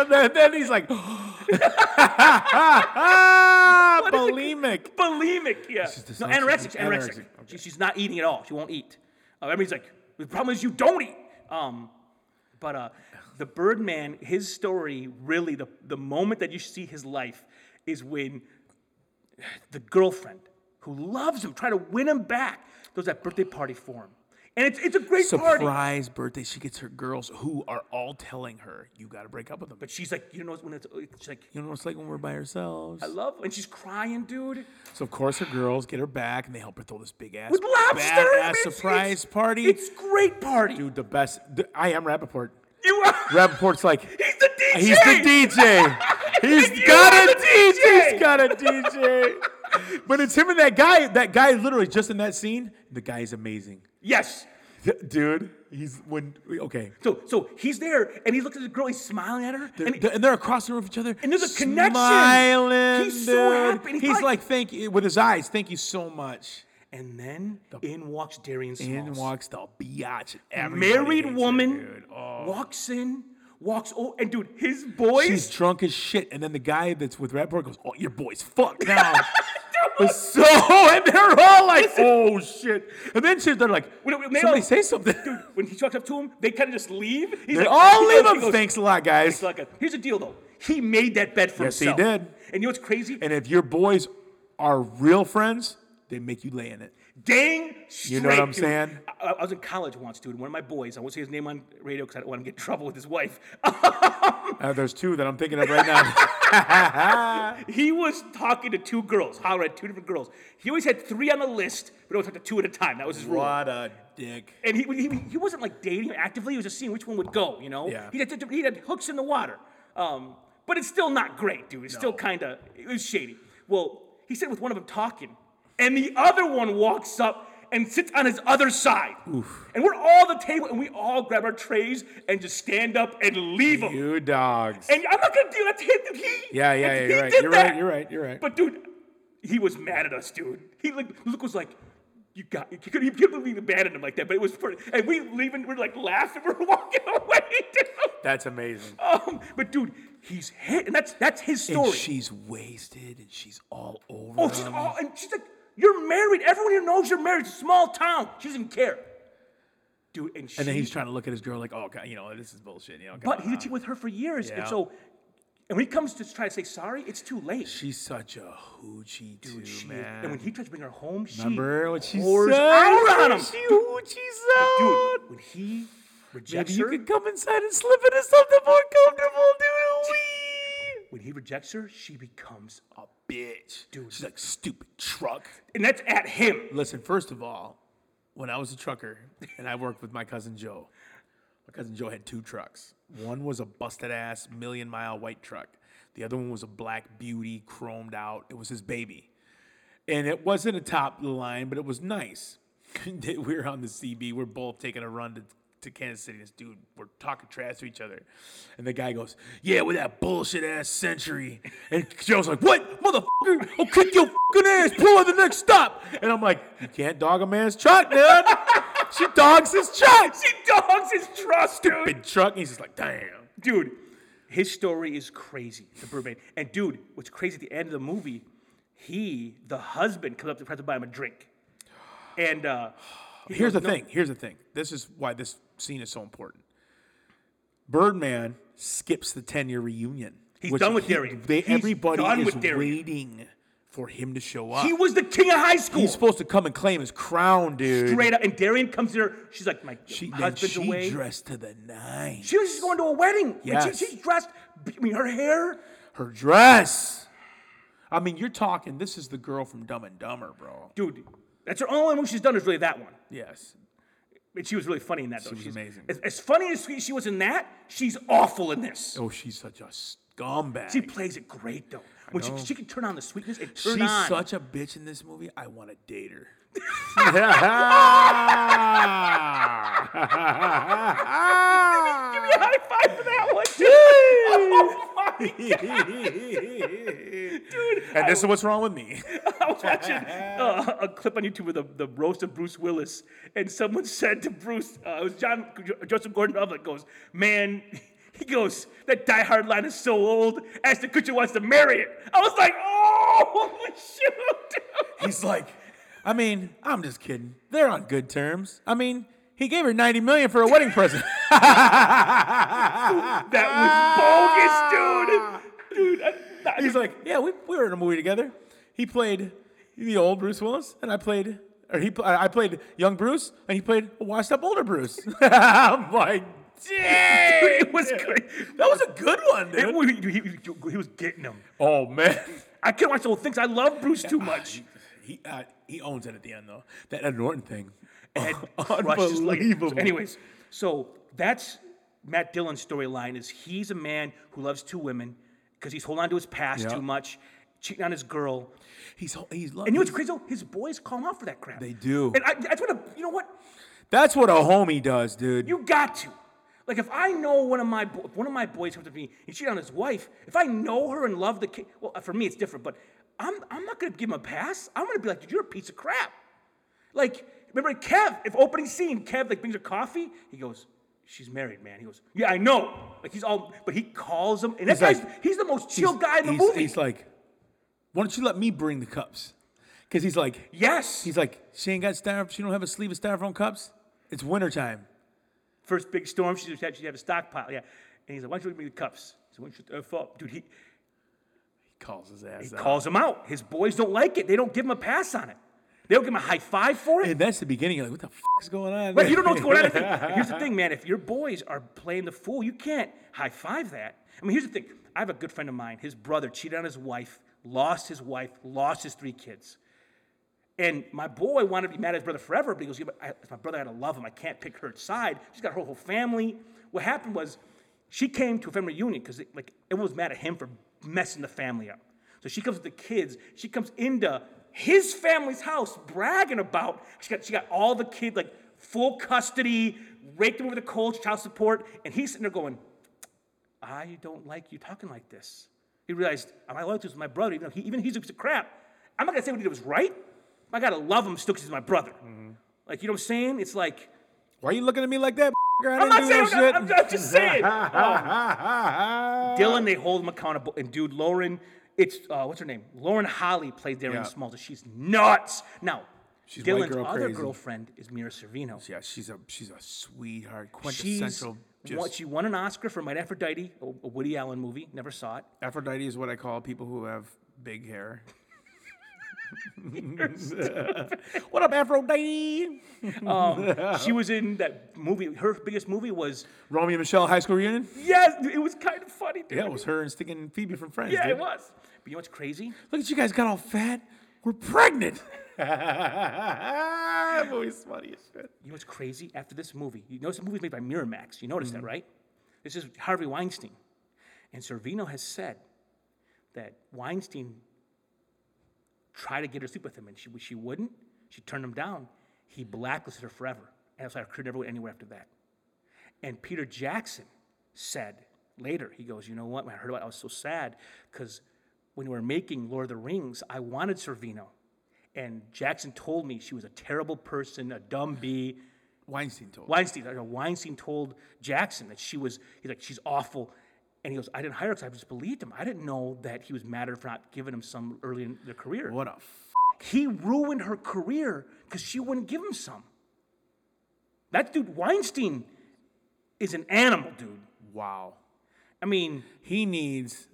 Uh, then, then he's like, bulimic. bulimic. Yeah. She's No, dyslexic. anorexic. Anorexic. Anorexic, okay. She, she's not eating at all. She won't eat. Uh, everybody's like, the problem is you don't eat. Um, but uh, the Birdman, his story, really, the, the moment that you see his life is when the girlfriend who loves him, trying to win him back, throws that birthday party for him. And it's, it's a great party. Surprise birthday. She gets her girls who are all telling her, you got to break up with them. But she's like, you know, when it's, she's like, You know what it's like when we're by ourselves? I love, and she's crying, dude. So of course her girls get her back and they help her throw this big ass With lobster. I badass mean, it's- surprise it's- party. It's great party. Dude, the best. th- I am Rappaport. You are. Rappaport's like, He's the DJ. he's the DJ. And He's you got are a the DJ. DJ. He's got a DJ. but it's him and that guy. That guy literally just in that scene. The guy is amazing, Yes. D- dude. He's when okay. So so he's there and he looks at the girl, he's smiling at her. They're, and and, they're, and they're across the room from each other. And there's a connection. Smiling, He's so dude. happy. He He's probably- like, thank you with his eyes. Thank you so much. and then in walks Darian Smalls. In walks the biatch. Everybody Married hates it, woman dude. Oh. walks in, walks oh and dude, his boys She's drunk as shit, and then the guy that's with Rapport goes, "Oh, your boy's fucked now." Dude, was so, and they're all like, "Oh shit!" And then shit, they're like, When- when they "Somebody all- say something." Dude, when he walks up to him, they kind of just leave. He's they like, all he leave goes- him. he goes, Thanks a lot, guys. like a, here's the deal though. He made that bet for Yes, he himself. did. And you know what's crazy? And if your boys are real friends, they make you lay in it. Dang straight. You know what I'm dude. saying? I, I was in college once, dude. and One of my boys, I won't say his name on radio because I don't want him to get in trouble with his wife. Uh, there's two that I'm thinking of right now. he was talking to two girls, holler at two different girls. He always had three on the list, but only talked to two at a time. That was his rule. a dick. And he, he, he wasn't like dating actively. He was just seeing which one would go. You know, Yeah. he, had, he had hooks in the water. Um, but it's still not great, dude. It's still kind of it was shady. Well, he said with one of them talking, and the other one walks up and sits on his other side. And we're all at the table, and we all grab our trays and just stand up and leave them. You dogs. And I'm not gonna do that to him. dude. He, Yeah, yeah, yeah, he you're right, did you're that. right, you're right, you're right. But dude, he was mad at us, dude. He like Luke was like, "You got, you could, you could believe you abandoned him like that." But it was for, and we leaving, we're like laughing, we're walking away, dude. That's amazing. Um, but dude, he's hit, and that's that's his story. And um, she's wasted and she's all over. oh, she's him. all, and she's like, "You're married. Everyone here knows you're married. It's a small town. She doesn't care." Dude, and she, and then he's trying to look at his girl like, oh, God, you know, this is bullshit. You know, but come he's on. cheating with her for years, Yeah. and so, and when he comes to try to say sorry, it's too late. she's such a hoochie dude, She- man. And when he tries to bring her home, she Remember what she pours said? out on him. She hoochies out. Dude, when he rejects Maybe you her, could come inside and slip into something more comfortable, dude. Wee. when he rejects her, she becomes, a bitch. Dude, she's like stupid truck. and that's at him. Listen, first of all, when I was a trucker and I worked with my cousin Joe, my cousin Joe had two trucks. One was a busted ass million mile white truck. The other one was a black beauty, chromed out. It was his baby. And it wasn't a top of the line, but it was nice. we were on the CB. We're both taking a run to, to Kansas City. This dude, we're talking trash to each other. And the guy goes, Yeah, with that bullshit ass century. And Joe's like, What, motherfucker? I'll kick your fucking ass. Pull at the next stop. And I'm like, You can't dog a man's truck, man. she dogs his truck. She dogs his trust, dude. Big truck. And he's just like, Damn. Dude, his story is crazy, the mermaid. And dude, what's crazy at the end of the movie, he, the husband, comes up to try to buy him a drink. And uh, he Here's the goes, "No." thing. Here's the thing. This is why this scene is so important. Birdman skips the 10 year reunion. He's which done with he- Darien. They, He's everybody done is with Darien. waiting for him to show up. He was the king of high school. He's supposed to come and claim his crown, dude. Straight up. And Darian comes in. her- She's like, my She, then husband's she away. dressed to the nines. She was just going to a wedding. Yeah, Yes. she, she's dressed. I mean, her hair. Her dress. I mean, you're talking. This is the girl from Dumb and Dumber, bro. Dude, that's her only one she's done is really that one. Yes. And she was really funny in that, though. was She's- amazing. As, as funny as she she was in that, she's awful in this. Oh, she's such a scumbag. She plays it great, though. When she, she can turn on the sweetness and turn She's on. such a bitch in this movie. I want to date her. give Give me a high five for that one, dude. Oh my and this is what's wrong with me. I was watching uh, a clip on YouTube of the, the roast of Bruce Willis, and someone said to Bruce, uh, it was John Joseph Gordon-Levitt goes, "Man, he goes that Die Hard line is so old. Ashton Kutcher wants to marry it." I was like, "Oh shoot!" He's like, I mean, I'm just kidding. They're on good terms. I mean, he gave her 90 million for a wedding present. that was bogus, dude. Dude, I, I- He's like, yeah, we, we were in a movie together. He played the old Bruce Willis, and I played, or he, pl- I played young Bruce, and he played a washed up older Bruce. I'm like, dang, Dude, it was great. That was a good one, dude. it was- he, he- he was getting him. oh man, I can't watch the whole thing. 'cause I love Bruce too much. he uh, he owns it at the end though. That Ed Norton thing, Ed crushed his leg. So anyways, so that's Matt Dillon's storyline is he's a man who loves two women because he's holding on to his past Yeah. too much, cheating on his girl. he's he's And you know loving. what's crazy though? His boys call him out for that crap. They do. And I, I just want to, you know what? That's what a homie does, dude. You got to. Like if I know one of my bo- if one of my boys comes to me and cheat on his wife, if I know her and love the kid, well, for me it's different. But I'm I'm not gonna give him a pass. I'm gonna be like, dude, you're a piece of crap. Like remember Kev? If opening scene, Kev like brings her coffee, he goes, she's married, man. He goes, yeah, I know. Like he's all, but he calls him, and that He's like- guy's he's the most chill guy in the he's, movie. He's like, why don't you let me bring the cups? Because he's like, Yes. he's like, she ain't got styrofoam. She don't have a sleeve of styrofoam cups. It's wintertime. First big storm, she just had, she'd have a stockpile. Yeah. And he's like, why don't you bring me the cups? So when should uh, fall, dude, he He calls his ass out. calls him out. His boys don't like it. They don't give him a pass on it. They don't give him a high five for it. and that's the beginning. You're like, what the f- is going on? Right, you don't know what's going on. And here's the thing, man. If your boys are playing the fool, you can't high five that. I mean, here's the thing. I have a good friend of mine. His brother cheated on his wife, lost his wife, lost his three kids. And my boy wanted to be mad at his brother forever, but he goes, yeah, but I, it's my brother, I gotta love him. I can't pick her side. She's got her whole family. What happened was she came to a family reunion because like everyone was mad at him for messing the family up. So she comes with the kids, she comes into his family's house bragging about she got she got all the kids like full custody, raked them over the coals, child support, and he's sitting there going, I don't like you talking like this. He realized, am I loyal to my brother? Even though he, even he's a piece of crap. I'm not gonna say what he did was right. I gotta love him still because he's my brother. Mm-hmm. Like you know what I'm saying? It's like Why are you looking at me like that? I I'm didn't not do saying. no I'm, shit. I'm- I'm just saying. Dylan. Dylan, they hold him accountable. And dude, Lauren, it's uh, what's her name? Lauren Holly plays Darren Yeah. Smalls. and She's nuts. Now, She's white Dylan's girl other crazy. girlfriend is Mira Servino. Yeah, she's a she's a sweetheart, She's quintessential. just what she won an Oscar for *Might Aphrodite*, a a Woody Allen movie. Never saw it. Aphrodite is what I call people who have big hair. what up, Aphrodite? She was in that movie. Her biggest movie was Romeo and Michelle high school reunion? yes. It was kind of funny, dude. Yeah, it was her and Stig and Phoebe from Friends. Yeah, dude. it was. But you know what's crazy? Look at you guys got all fat. We're pregnant. I'm always funny as shit. You know what's crazy? After this movie, you notice the movie's made by Miramax. You Mm-hmm. notice that, right? This is Harvey Weinstein. And Servino has said that Weinstein tried to get her to sleep with him, and she, she wouldn't. She turned him down. He blacklisted her forever. And that's why her career never went anywhere after that. And Peter Jackson said later, he goes, You know what? When I heard about it, I was so sad because when we were making Lord of the Rings, I wanted Servino. And Jackson told me she was a terrible person, a dumb bee. Weinstein told. Weinstein, I know Weinstein told Jackson that she was, he's like, she's awful. And he goes, I didn't hire her because I just believed him. I didn't know that he was mad at her for not giving him some early in their career. What a f- He ruined her career because she wouldn't give him some. That dude, Weinstein, is an animal, dude. wow. I mean, He needs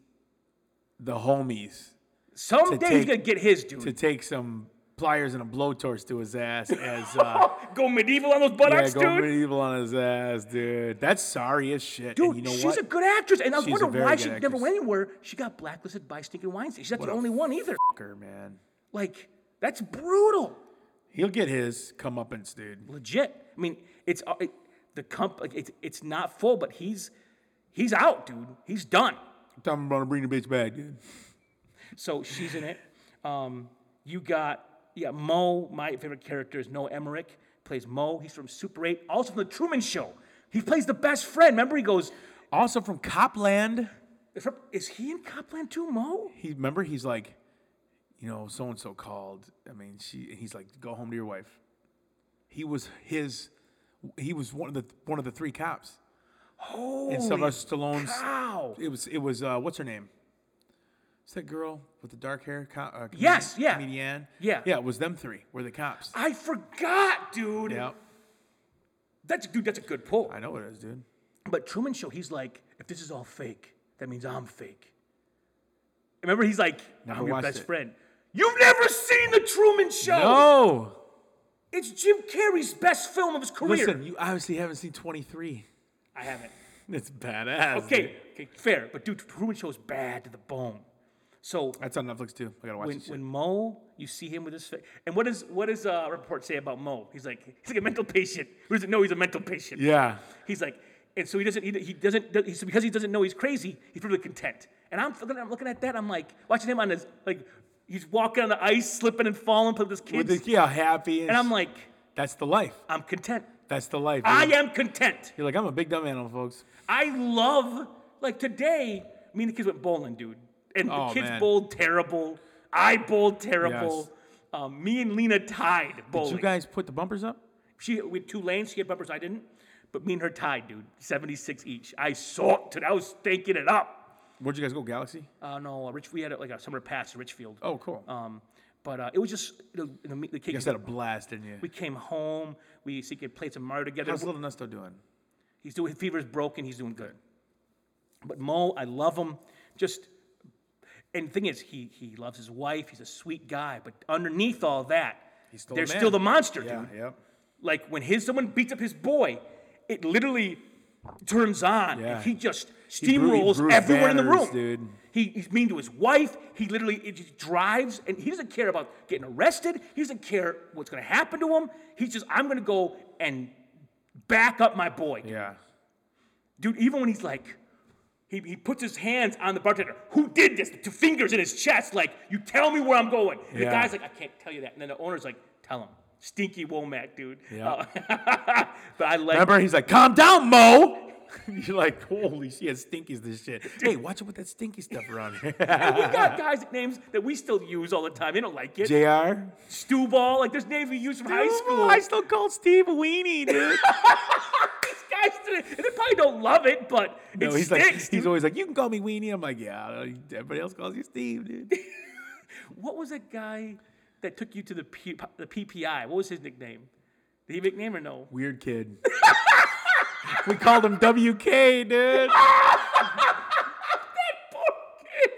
the homies someday he's take- gonna get his dude. to take some pliers and a blowtorch to his ass as uh Oh, go medieval on those yeah, buttocks, go dude. medieval on his ass, dude. That's sorry as shit. Dude, and you know she's what? a good actress, and I was She's a wondering very why good she never actress. went anywhere. She got blacklisted by Stinking Weinstein. She's not the a only one either. Fucker, man. Like, that's brutal. He'll get his comeuppance, dude. Legit. I mean, it's uh, it, the comp. Like, it's it's not full, but he's he's out, dude. He's done. I'm gonna bring the bitch back, dude. So she's in it. Um, you got yeah Mo. My favorite character is Noah Emmerich. Plays Mo. He's from Super 8, also from the Truman Show. He plays the best friend. Remember, he goes. Also from Copland. Is he in Copland too, Mo? He remember he's like, you know, so and so called. I mean, she. And he's like, go home to your wife. He was his. He was one of the one of the three cops. Oh, And Sylvester Stallone's. cow. It was it was uh, what's her name? It's that girl with the dark hair. Co- uh, comedian- Yes, yeah. comedian. Yeah. yeah. It was them three. Were the cops? I forgot, dude. Yeah, That's dude. That's a good pull. I know it is, dude. But Truman Show, he's like, if this is all fake, that means I'm fake. Remember, he's like, Never I'm your watched best it. friend. You've never seen the Truman Show. No, It's Jim Carrey's best film of his career. listen. You obviously haven't seen Twenty Three. I haven't. It's badass. dude. Okay, okay, fair. But dude, Truman Show is bad to the bone. So that's on Netflix too. I gotta watch when, it. when Mo, you see him with his face, and what does what does uh, report say about Mo? He's like he's like a mental patient. Or is it- No, he's a mental patient. Yeah, He's like, and so he doesn't, he, he doesn't, he's, because he doesn't know he's crazy, he's really content. And I'm looking, I'm looking at that, I'm like, watching him on his, like, he's walking on the ice, slipping and falling, playing with his with kids. the, yeah, happy. And, and I'm like, that's the life. I'm content. That's the life. I dude. am content. You're like, I'm a big dumb animal, folks. I love, like, today, me and the kids went bowling, dude. And Oh, the kids man. bowled terrible. I bowled terrible. Um, me and Lena tied bowling. Did you guys put the bumpers up? She we had two lanes. She had bumpers. I didn't. But me and her tied, dude. 76 each. I sucked. And I was thinking it up. Where'd you guys go, Galaxy? Uh, no, uh, Rich. We had it like a summer pass to Richfield. Oh, cool. Um, But uh, it was just you know, the, the You kid. guys had a blast, didn't you? We came home. We secret played some murder together. How's Little Nesto doing? He's doing his fever's broken. He's doing good. But Mo, I love him. Just and the thing is, he he loves his wife. He's a sweet guy. But underneath all that, He's still a there's man. still the monster, Yeah, dude. yep. Like when his someone beats up his boy, it literally turns on. Yeah. And he just He Bru- he steamrolls Bruce everyone in the room. Banners, dude. He, he's mean to his wife. He literally it, he drives, and he doesn't care about getting arrested. He doesn't care what's going to happen to him. He's just, I'm going to go and back up my boy, Yeah. dude. Even when he's like, he, he puts his hands on the bartender. Who did this? Two fingers in his chest, like, you tell me where I'm going. And Yeah. The guy's like, I can't tell you that. And then the owner's like, tell him. Stinky Womack, dude. Yeah. Uh, but I like Remember, he's like, calm down, Mo. You're like, holy shit, stinky's this shit. Hey, watch it with that stinky stuff around here. And we got guys' names that we still use all the time. They don't like it. JR? Stu Ball, like there's names we use from high school. I still call Steve Weenie, dude. These guys, today- and they probably don't love it, but no, it he's like, sticks. he's always like, you can call me Weenie. I'm like, yeah, I don't- everybody else calls you Steve, dude. what was that guy that took you to the P- the PPI? What was his nickname? Did he have a nickname or no? Weird kid. we called him WK, dude.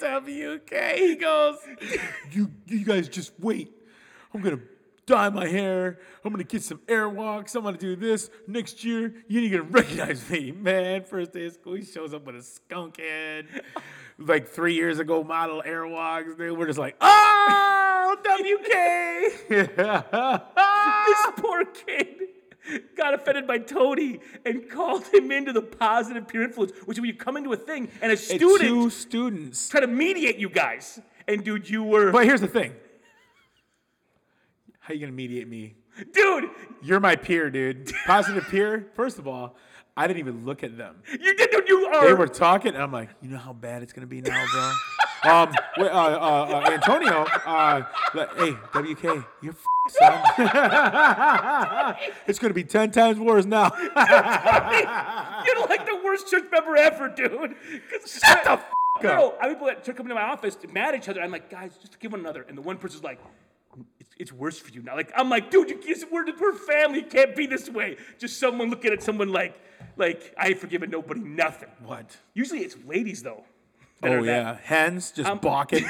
WK. He goes, you, you guys just wait. I'm going to dye my hair. I'm going to get some airwalks. I'm going to do this. Next year, you ain't going to recognize me, man. First day of school, he shows up with a skunk head. Like three years ago, model airwalks. They were just like, oh, WK. This poor kid got offended by Tony and called him into the positive peer influence, which is when you come into a thing and a And student Two students. try to mediate you guys. And dude, you were But here's the thing. How you gonna mediate me? dude, You're my peer, dude. Positive peer. First of all, I didn't even look at them. you did dude, you are They were talking, and I'm like, you know how bad it's gonna be now, bro. um, wait, uh, uh, uh, Antonio, uh, le- hey, WK, you're f- son. it's gonna be ten times worse now. You're like the worst church member ever, dude. Shut the f- No, I people that come into my office mad at each other. I'm like, guys, just forgive one another. And the one person's like, it's, it's worse for you now. Like, I'm like, dude, you, it's- we're, we're family. It can't be this way. Just someone looking at someone like, like I ain't forgiving nobody nothing. What? Usually it's ladies though. that Oh are that. yeah, hens just balking.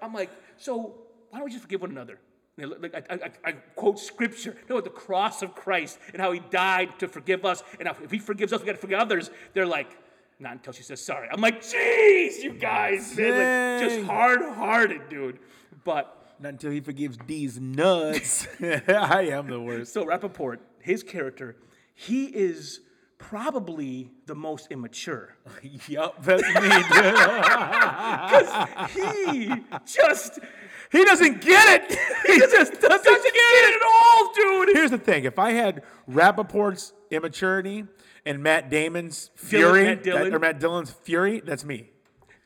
I'm like, so why don't we just forgive one another? And they look- look, I, I- I- I quote scripture, no, the cross of Christ and how he died to forgive us. And if he forgives us, we got to forgive others. They're like, not until she says sorry. I'm like, jeez, you guys, man, like, Dang. just hard hearted, dude. But Not until he forgives these nuts. I am the worst. so Rappaport, his character, he is probably the most immature. Yup, that's me, dude. Because he just He doesn't get it. He just doesn't get it at all, dude. Here's the thing: if I had Rappaport's immaturity and Matt Damon's fury, Matt Dillon. that- or Matt Dillon's fury, that's me.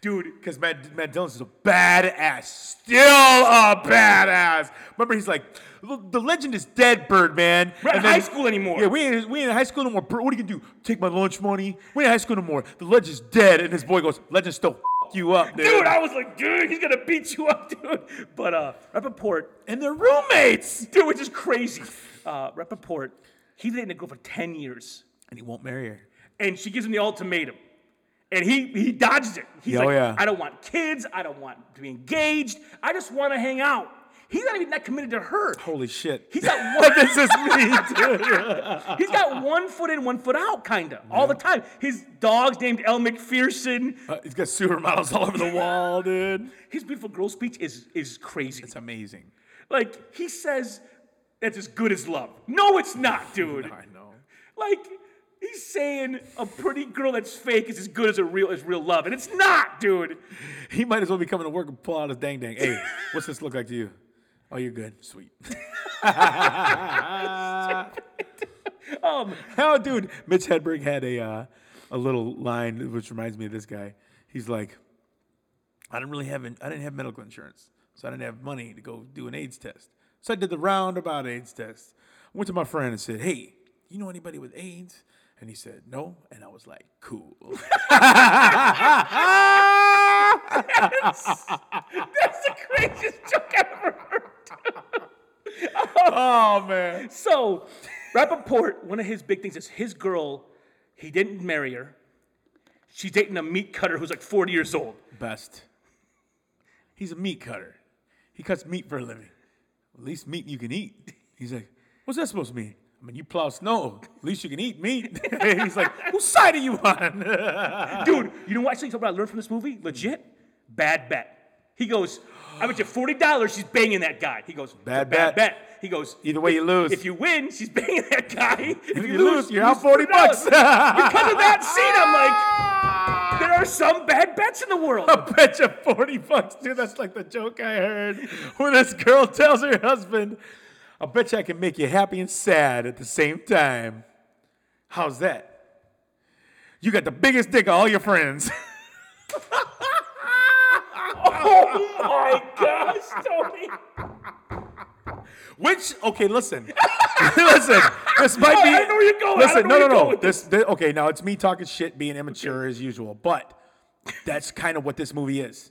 dude, Because Matt, Matt Dillon's is a badass, still a badass. Remember, he's like, "The- the legend is dead, Birdman. We're not And in high school anymore. Yeah, we ain't, we ain't in high school no more. Bird, what are you gonna do? Take my lunch money? We ain't in high school no more. The legend's dead. And this boy goes, legend still f- you up, dude. dude, I was like, dude, he's gonna beat you up, dude. But uh Rappaport and they're roommates. dude, which is crazy. Uh, Rappaport, he's dating a girl for 10 years, And he won't marry her. and she gives him the ultimatum. And he, he dodges it. He's Yeah, oh like, yeah. I don't want kids. I don't want to be engaged. I just want to hang out. He's not even that committed to her. Holy shit. He's got one, this is me, dude. he's got one foot in, one foot out, kind of, all the time. His dog's named El McPherson. Uh, he's got supermodels all over the wall, dude. His beautiful girl speech is, is crazy. It's amazing. Like, he says that's as good as love. No, it's not, dude. I know. Like he's saying a pretty girl that's fake is as good as a real as real love, and it's not, dude. He might as well be coming to work and pull out his dang dang. Hey, what's this look like to you? Oh, you're good. Sweet. Um, oh, dude. Mitch Hedberg had a uh, a little line which reminds me of this guy. He's like, I didn't really have an, I didn't have medical insurance, so I didn't have money to go do an AIDS test. So I did the roundabout AIDS test. Went to my friend and said, Hey, you know anybody with AIDS? And he said, no. And I was like, cool. That's the craziest joke I've ever heard. oh, man. So, Rappaport, one of his big things is his girl, he didn't marry her. She's dating a meat cutter who's like 40 years old. Best. He's a meat cutter. He cuts meat for a living. At least meat you can eat. He's like, what's that supposed to mean? I mean, you plow snow. At least you can eat meat. He's like, whose side are you on? Dude, you know what I think about I learned from this movie? Legit? Bad bet. He goes, I bet you $40 she's banging that guy. He goes, "It's a Bad bet. bad bet. He goes, Either way, you lose. If you win, she's banging that guy. If you lose, you're out 40 bucks. because of that scene, I'm like, there are some bad bets in the world. I bet you 40 bucks, dude. That's like the joke I heard when this girl tells her husband, I bet you I can make you happy and sad at the same time. How's that? You got the biggest dick of all your friends. Oh my gosh, Tony. Which, okay, listen. listen, this might No, be. I don't know where you're going. I don't Listen, know where no, no, you're no. going with This, thi- okay, now it's me talking shit, being immature as usual, but that's kind of what this movie is.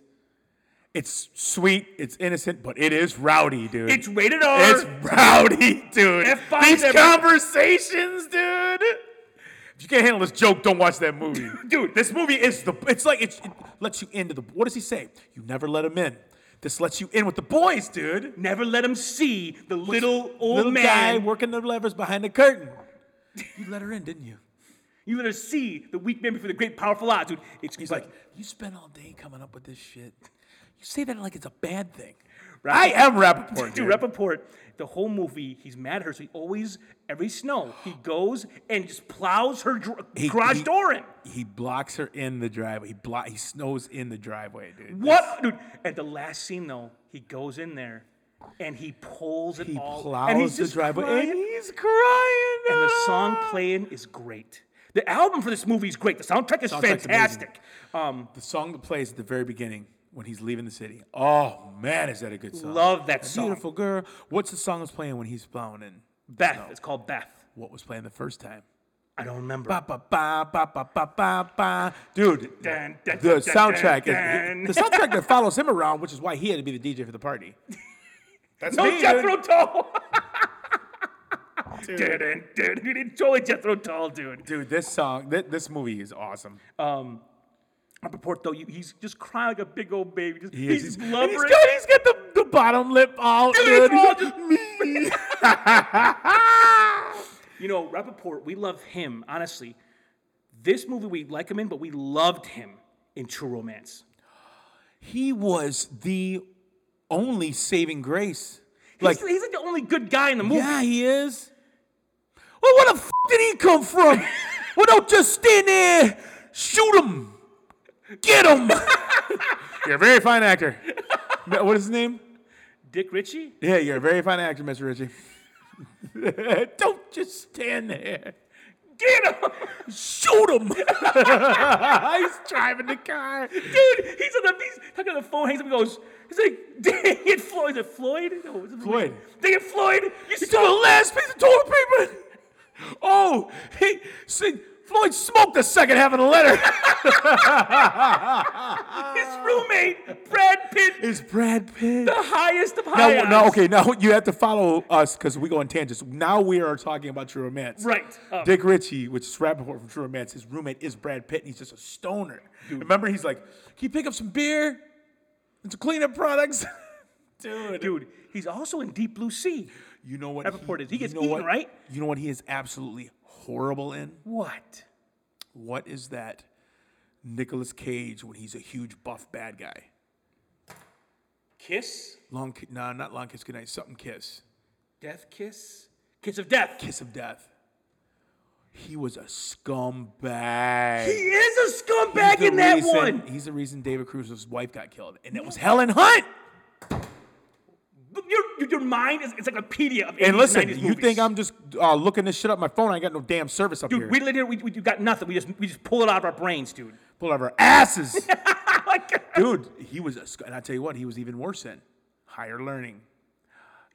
It's sweet, it's innocent, but it is rowdy, dude. It's rated R. It's rowdy, dude. F5 These every- conversations, dude. If you can't handle this joke, don't watch that movie, Dude. This movie is the. It's like it's, it lets you into the. What does he say? You never let him in. This lets you in with the boys, dude. Never let him see the little old Little man. guy working the levers behind the curtain. You let her in, didn't you? You let her see the weak man before the great powerful eyes, dude. It's He's like, like, you spent all day coming up with this shit. You say that like it's a bad thing. Rappaport- I am dude, Rappaport, dude. Rappaport, the whole movie, he's mad at her, so he always, every snow, he goes and just plows her dr- He- garage he- door in. He blocks her in the driveway. He block. He snows in the driveway, dude. What, dude? At the last scene, though, he goes in there and he pulls it He all. plows and he's the just driveway crying. and he's crying. and the song playing is great. The album for this movie is great. The soundtrack is Soundtrack's fantastic. Um, the song that plays at the very beginning when he's leaving the city. Oh man, is that a good song? Love that song. Beautiful girl. What's the song that's playing when he's plowing in? Beth, it's called Beth. What was playing the first time? I don't remember. Ba ba ba ba ba ba ba ba. Dude, Dun, dun, the dun, dun, soundtrack dun. is the soundtrack that follows him around, which is why he had to be the DJ for the party. That's no me, dude. Jethro Tull. Dun, dun, dun. It's totally Jethro Tull, dude. Dude, this song, th- this movie is awesome. I report though, you, he's just crying like a big old baby. Just, He is. he's And blubbering. He's got, he's got the, the bottom lip out. Dude, it's all just- He's me. You know, Rappaport, we love him, honestly. This movie, we like him in, but we loved him in True Romance. he was the only saving grace. Like, he's, he's like the only good guy in the movie. yeah, he is. Well, where the f- did he come from? well, don't just stand there. Shoot him. Get him. you're a very fine actor. Ma- What is his name? Dick Ritchie? Yeah, you're a very fine actor, Mr. Ritchie. don't just stand there. Get him! Shoot him. He's driving the car. Dude, he's on the he's talking on the phone, hangs up and goes, he's like, dang it, Floyd. Is it Floyd? No, is it Floyd. Dang it, Floyd! You He took the last piece of toilet paper. Oh, he see, Floyd smoked the second half of the letter. his Uh, roommate, Brad Pitt, It's Brad Pitt. the highest of Now, high now, eyes. okay, now you have to follow us because we go on tangents. Now we are talking about True Romance. Right. um, Dick Ritchie, which is Rappaport from True Romance, his roommate is Brad Pitt, and he's just a stoner. Remember, he's like, "Can you pick up some beer and some cleanup products?" Dude, dude, he's also in Deep Blue Sea. you know what? Rappaport is- he you gets know eaten, what- right? You know what? He is absolutely horrible in. What? What is that? Nicolas Cage when he's a huge buff bad guy. Kiss? Long, Ki- nah, not long kiss goodnight. Something kiss. Death kiss? Kiss of death. Kiss of death. He was a scumbag. He is a He's scumbag the in that reason- one. He's the reason David Cruz's wife got killed, and it was Helen Hunt. But Your, your, your mind is encyclopedia of 80s, And listen, 90s you movies. think I'm just uh, looking this shit up my phone? I ain't got no damn service up here. Dude, we literally we, we, we got nothing. We just we just pull it out of our brains, dude. Oh Pull out of our asses, Like, dude. He was a sc- and I tell you what, he was even worse in Higher Learning.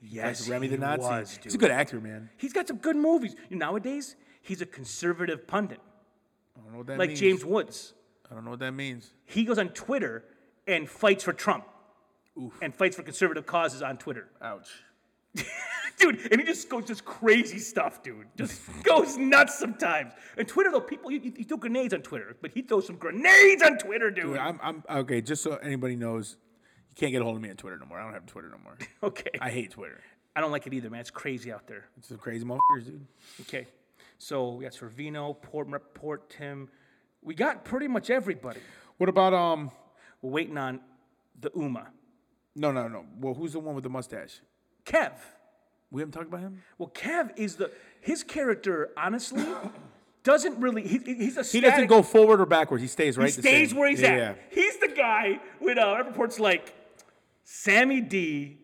yes, Remy the he Nazi. was, He's a dude. good actor, man. He's got some good movies. You know, nowadays He's a conservative pundit, I don't know what that like means. James Woods. I don't know what that means. He goes on Twitter and fights for Trump and fights for conservative causes on Twitter. Ouch. dude, and he just goes just crazy stuff, dude. Just goes nuts sometimes. And Twitter though, people you, you throw grenades on Twitter, but he throws some grenades on Twitter, dude. I'm, I'm okay. Just so anybody knows, you can't get a hold of me on Twitter no more. I don't have Twitter no more. okay, I, I hate Twitter. don't like it either, man. It's crazy out there. It's some crazy motherfuckers, dude. Okay, so we got Servino, Port Port Tim. We got pretty much everybody. What about um? We're waiting on the Uma, No, no, no. Well, who's the one with the mustache? Kev. We haven't talked about him. Well, Kev is the his character. Honestly, doesn't really. He, he's a He doesn't static- go forward or backwards. He stays right. He stays where he's yeah, at. Yeah. He's the guy with uh, reports like Sammy D,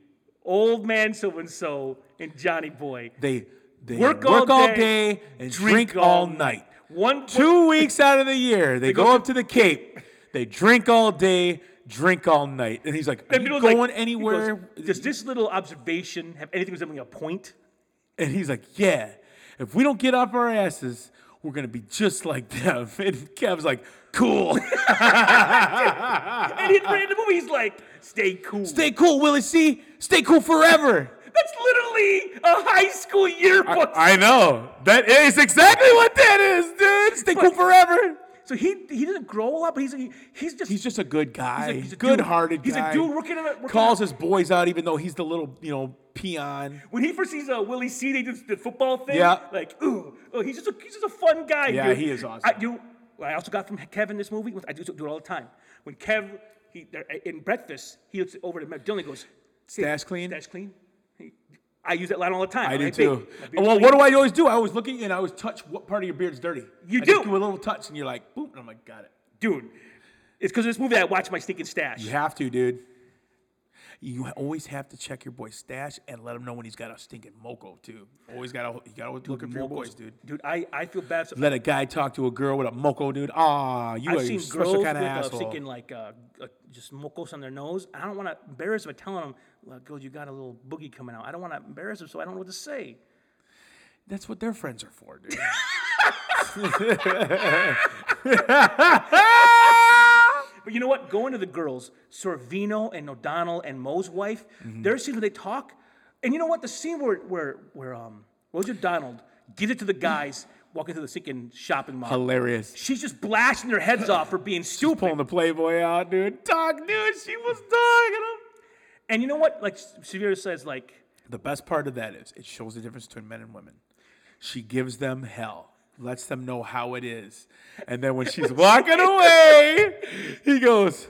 Old Man So and So, and Johnny Boy. They they Work work, all all, day, day, and drink, all night. One Two weeks out of the year, they, go, go up to the Cape. They drink all day, drink all night, and he's like, "Are he you was going like- he goes, anywhere?" Does this little observation have anything resembling a point? And he's like, Yeah, if we don't get off our asses, we're gonna be just like them. And Kev's like, Cool. and he's in the movie. He's like, "Stay cool." Uh, Stay cool, Willie C. Stay cool forever. That's literally a high school yearbook. I know. That is exactly what that is, dude. Stay cool forever. so he he doesn't grow up. He's he's just He's just a good guy. he's a dude. good-hearted He's a guy. dude working in a- working Calls his boys out, even though he's the little, you know, peon. When he first sees uh, Willie C, they do the football thing. Yeah. Like, ooh, oh, he's just a, he's just a fun guy. Yeah, dude. he is awesome. I, you know, what I also got from Kev in this movie. I do, do it all the time. When Kev he they're uh, in breakfast, he looks over to Matt Dillon and goes, "Hey, Stash clean? stash clean." He- I use that line all the time. I do Like, "Hey, too. my beard's Well, clean." what do I always do? I always look at you and I always touch what part of your beard's dirty. You I just do. do a little touch, and you're like, boop, and I'm like, got it. dude? It's because of this movie that I watch my stinking stash. You have to, dude. You ha- always have to check your boy stash and let him know when he's got a stinking moco too. Always gotta you gotta always look for your boys, dude. Dude, I, I feel bad. So Let a guy talk to a girl with a moco, dude. Ah, you I've are a seen special girls kind of with uh, asshole. sticking like uh, uh, just mocos on their nose. I don't want to embarrass them by telling them, "Look, girl, you got a little boogie coming out." I don't want to embarrass them, so I don't know what to say. That's what their friends are for, dude. But you know what? Going to the girls, Sorvino and O'Donnell and Moe's wife, Mm-hmm. their scenes where they talk, and you know what? The scene where where where um Rosie Donald gives it to the guys walking through the stinking shopping mall. Hilarious. She's just blasting their heads off for being stupid. Pulling the Playboy out, dude. Dog, dude. She was dogging him. And you know what? Like Severe says, like The best part of that is it shows the difference between men and women. She gives them hell, lets them know how it is. And then when she's walking away, he goes,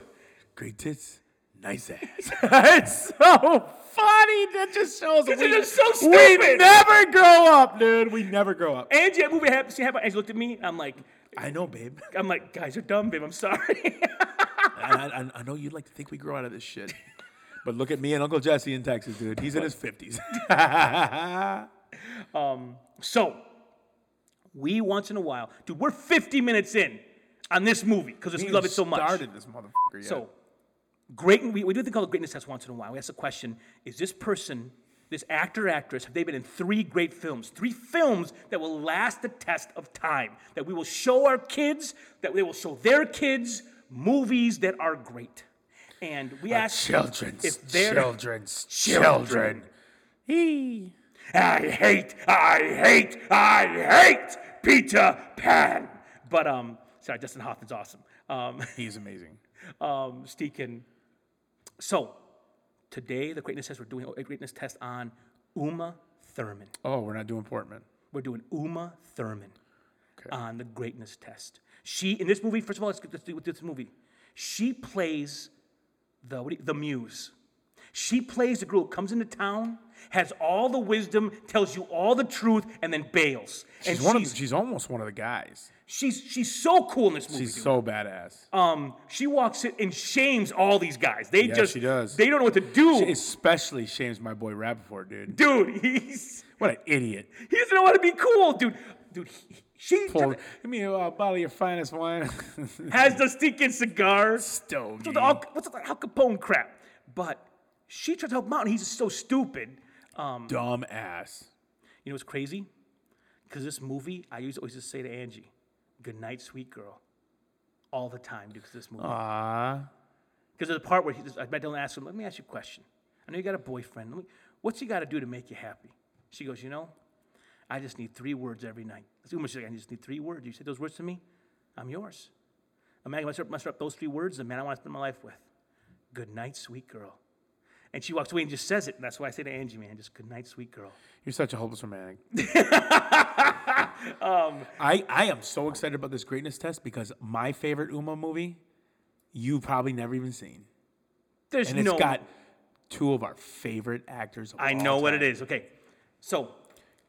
Great tits, nice ass. it's so funny. That just shows we, they're just so we stupid. never grow up, dude. We never grow up. Angie, that movie happened. She happened. Angie looked at me. I'm like. I know, babe. I'm like, guys, you're dumb, babe. I'm sorry. I, I, I know you'd like to think we grow out of this shit. But look at me and Uncle Jesse in Texas, dude. He's in his 50s. so, we once in a while, dude, we're 50 minutes in on this movie because we love it so much. Started this motherfucker. yet. So, great. We, we do a thing called a greatness test once in a while. We ask the question: Is this person, this actor, actress, have they been in three great films? Three films that will last the test of time. That we will show our kids. That they will show their kids movies that are great. And we ask Children's if they're- children's Children. children. He. I hate, I hate, I hate Peter Pan. But um, sorry, Justin Hoffman's awesome. Um, He's amazing. um, Steakin. So today, the greatness test we're doing a greatness test on Uma Thurman. Oh, we're not doing Portman. We're doing Uma Thurman Okay. on the greatness test. She in this movie. First of all, let's, let's do with this movie. She plays the what do you- the muse. She plays the girl who comes into town, has all the wisdom, tells you all the truth, and then bails. She's and one she's, of the, she's almost one of the guys. she's she's so cool in this movie. She's dude. so badass. um, she walks in and shames all these guys. They Yeah, just she does. they don't know what to do. She especially shames my boy Rappaport, dude. dude, he's What an idiot. he doesn't know how to be cool, dude. Dude, he, she Pulled, give me a uh, bottle of your finest wine. has the stinking cigar. Stogie. So the Al, what's the Al Capone crap? But she tries to help him out, and he's just so stupid. Um, Dumb ass. you know what's crazy? Because this movie, I used to always just say to Angie, "Good night, sweet girl," all the time because of this movie. Ah, Because there's a part where he just, I bet Dylan asks him, "Let me ask you a question. I know you got a boyfriend. Let me, what's he got to do to make you happy?" She goes, "You know, I just need three words every night." That's what she said. I just need three words. You say those words to me, I'm yours. A man must muster up those three words. The man I want to spend my life with. Good night, sweet girl. And she walks away and just says it. And that's why I say to Angie, man, just good night, sweet girl. you're such a hopeless romantic. Um, I I am so excited about this greatness test because my favorite Uma movie, you probably never even seen, There's and it's no. got two of our favorite actors. Of I know what it is. Okay, so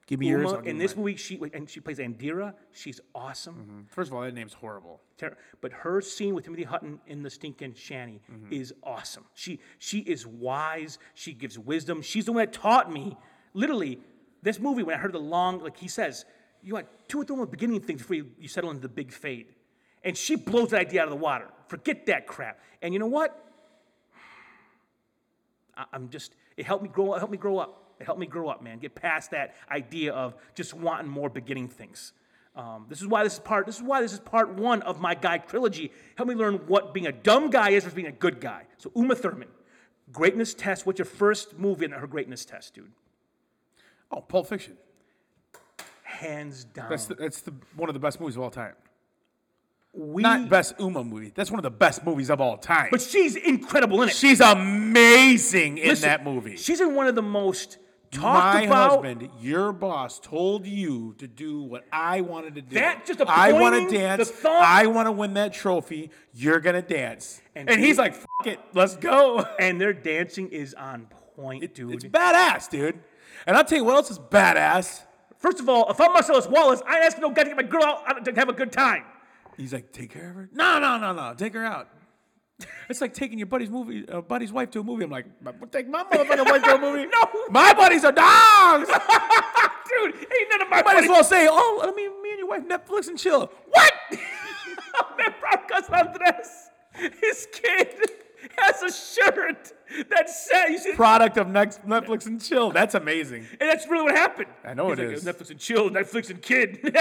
Give me yours. Uma I'll give in you this movie, she and she plays Andira. She's awesome. mine. First of all, that name's horrible. Ter- but her scene with Timothy Hutton in the stinking shanty is awesome. She she is wise. She gives wisdom. She's the one that taught me literally this movie. When I heard the long like he says, you want two or three more beginning things before you, you settle into the big fade, and she blows that idea out of the water. Forget that crap. And you know what? I, I'm just it helped me grow. It helped me grow up. It helped me grow up, man. Get past that idea of just wanting more beginning things. Um, this is why this is part. This is why this is part one of my guy trilogy. Help me learn what being a dumb guy is versus being a good guy. So Uma Thurman, greatness test. What's your first movie in her greatness test, dude? Oh, Pulp Fiction. Hands down. That's the, that's the one of the best movies of all time. we, Not best Uma movie. That's one of the best movies of all time. but she's incredible in it. she's amazing in Listen, that movie. She's in one of the most talked My about. husband, your boss, told you to do what I wanted to do. That just I want to pointing, dance. the thumb. I want to win that trophy. You're gonna dance. And, And he's he- like, "Fuck it, let's go." And their dancing is on point, dude. It's badass, dude. And I'll tell you what else is badass. First of all, if I'm Marcellus Wallace, I ain't asking no guy to get my girl out uh, to have a good time. He's like, "Take care of her." No, no, no, no. Take her out. It's like taking your buddy's movie, uh, buddy's wife to a movie. I'm like, "But take my motherfucking wife to a movie. No. my buddies are dogs. Dude, ain't none of my Might as buddies. well say, oh, let me, me and your wife Netflix and chill. What? Man, Marcos Andres, his kid has a shirt that says, you see, Product of next Netflix and chill. That's amazing. and that's really what happened. I know He's it like, is. Netflix and chill, Netflix and kid.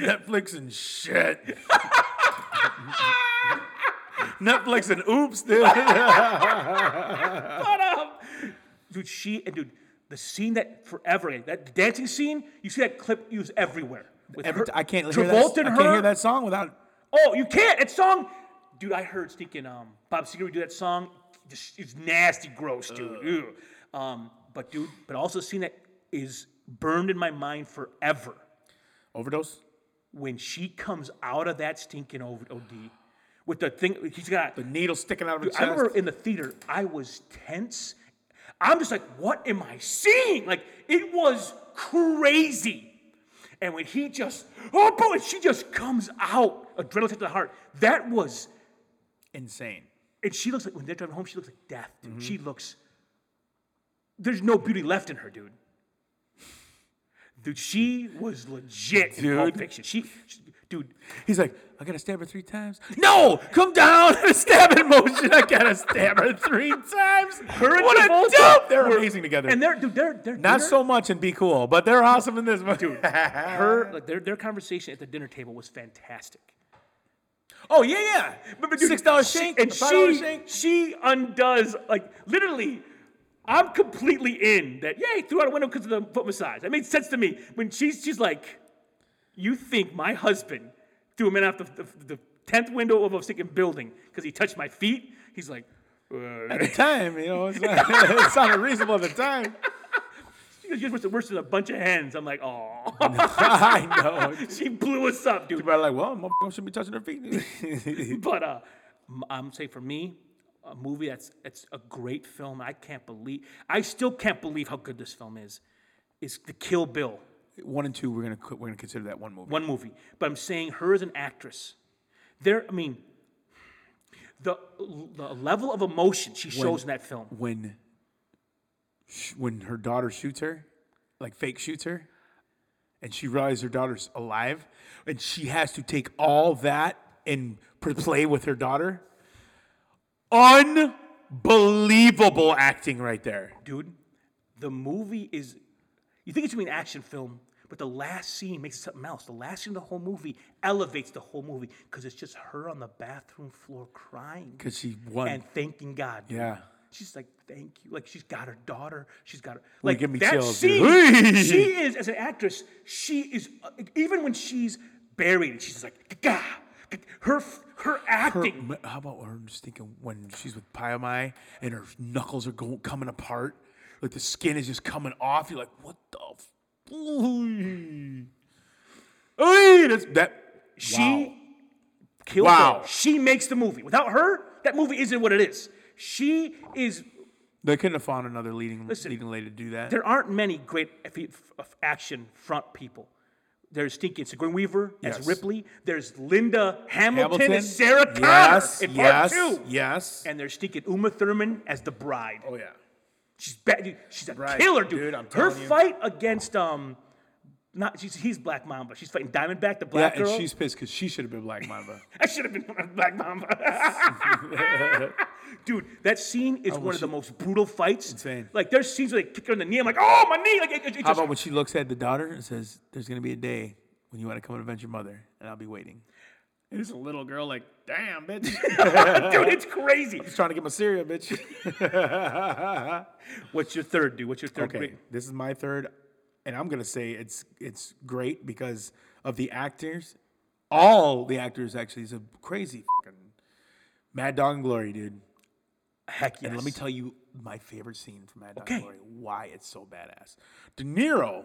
Netflix and shit. Netflix and oops, dude. Shut up. Dude, she, and dude, the scene that forever, that dancing scene, you see that clip used everywhere. With Every her- t- I can't hear that. Travolta I and can't her. hear that song without. Oh, you can't. That song, dude. I heard stinking um, Bob Seger do that song. Just, it's nasty, gross, dude. Ugh. Um, but dude, but also a scene that is burned in my mind forever Overdose? when she comes out of that stinking O- OD with the thing. He's got. The needle sticking out of her I chest. remember in the theater, I was tense. I'm just like, what am I seeing? Like, it was crazy. And when he just, oh, boy, she just comes out, adrenaline to the heart. That was Insane. and she looks like when they're driving home, she looks like death, dude. She Mm-hmm. looks. There's no beauty left in her, dude. Dude, she was legit in Pulp Dude. Fiction. She, she- dude, He's like, I gotta stab her three times. No, come down, stab in motion. I gotta stab her three times. her and what a Travolta dope! They're were- amazing together. And they're dude, they're they're Not so much in Be Cool, but they're awesome in this movie. her like their their conversation at the dinner table was fantastic. oh yeah, yeah. dude, Six dollar she- shake and a five dollar she shake. she undoes like literally. I'm completely in that. Yay, threw out a window because of the foot massage. That made sense to me. When she's she's like, you think my husband threw him in out the the tenth window of a second building because he touched my feet? He's like, uh, At the time, you know, it's not, it sounded reasonable at the time. you're just worse than a bunch of hens. I'm like, oh, I know. she blew us up, dude. Everybody like, well, motherfucker shouldn't be touching their feet. but uh, m- I'm say for me, a movie that's it's a great film. I can't believe I still can't believe how good this film is. Is the Kill Bill one and two, we're gonna co- we're gonna consider that one movie. one movie? But I'm saying her as an actress, there. I mean, the the level of emotion she shows in that film. When sh- when her daughter shoots her, like fake shoots her, and she realizes her daughter's alive, and she has to take all that and pr- play with her daughter. Unbelievable acting right there. dude. The movie is You think it's gonna be an action film, but the last scene makes it something else. The last scene of the whole movie elevates the whole movie because it's just her on the bathroom floor crying because she won. and thanking God. dude. yeah. She's like, thank you. Like she's got her daughter. She's got her. Like, Like give me that chills, dude. scene. she is as an actress. She is uh, even when she's buried. She's like, gah. Her f- her Her, acting. m- how about her? I'm just thinking when she's with Pyomai and her knuckles are going coming apart, like the skin is just coming off. You're like, what the? F- Ooh. Ooh, that's that. she Wow. kills Wow. her. She makes the movie. Without her, that movie isn't what it is. She is They couldn't have found another leading Listen, leading lady to do that. there aren't many great f- f- action front people. There's Stinky Sigourney Weaver Yes. as Ripley. There's Linda Hamilton, as Sarah Connor Yes, in yes, part two. yes. And there's Stinky Uma Thurman as the bride. oh yeah. She's bad. dude. She's a Right, killer, dude. dude, I'm Her telling you. fight against um, not she's, he's Black Mamba. She's fighting Diamondback, the Yeah, black and girl. she's pissed because she should have been Black Mamba. I should have been Black Mamba. Dude, that scene is one of the most brutal fights. Insane. Like there's scenes where they kick her in the knee. I'm like, oh my knee! Like it, it, it How just, about when she looks at the daughter and says, "There's gonna be a day when you want to come and avenge your mother, and I'll be waiting." And it's a little girl like, "Damn, bitch, dude, it's crazy. just trying to get my cereal, bitch." What's your third, dude? What's your third? okay, grade? this is my third, and I'm gonna say it's it's great because of the actors. All the actors actually is a crazy fucking Mad Dog and Glory, dude. Heck yes. And let me tell you my favorite scene from Mad Dog Okay. and Glory. Why it's so badass. De Niro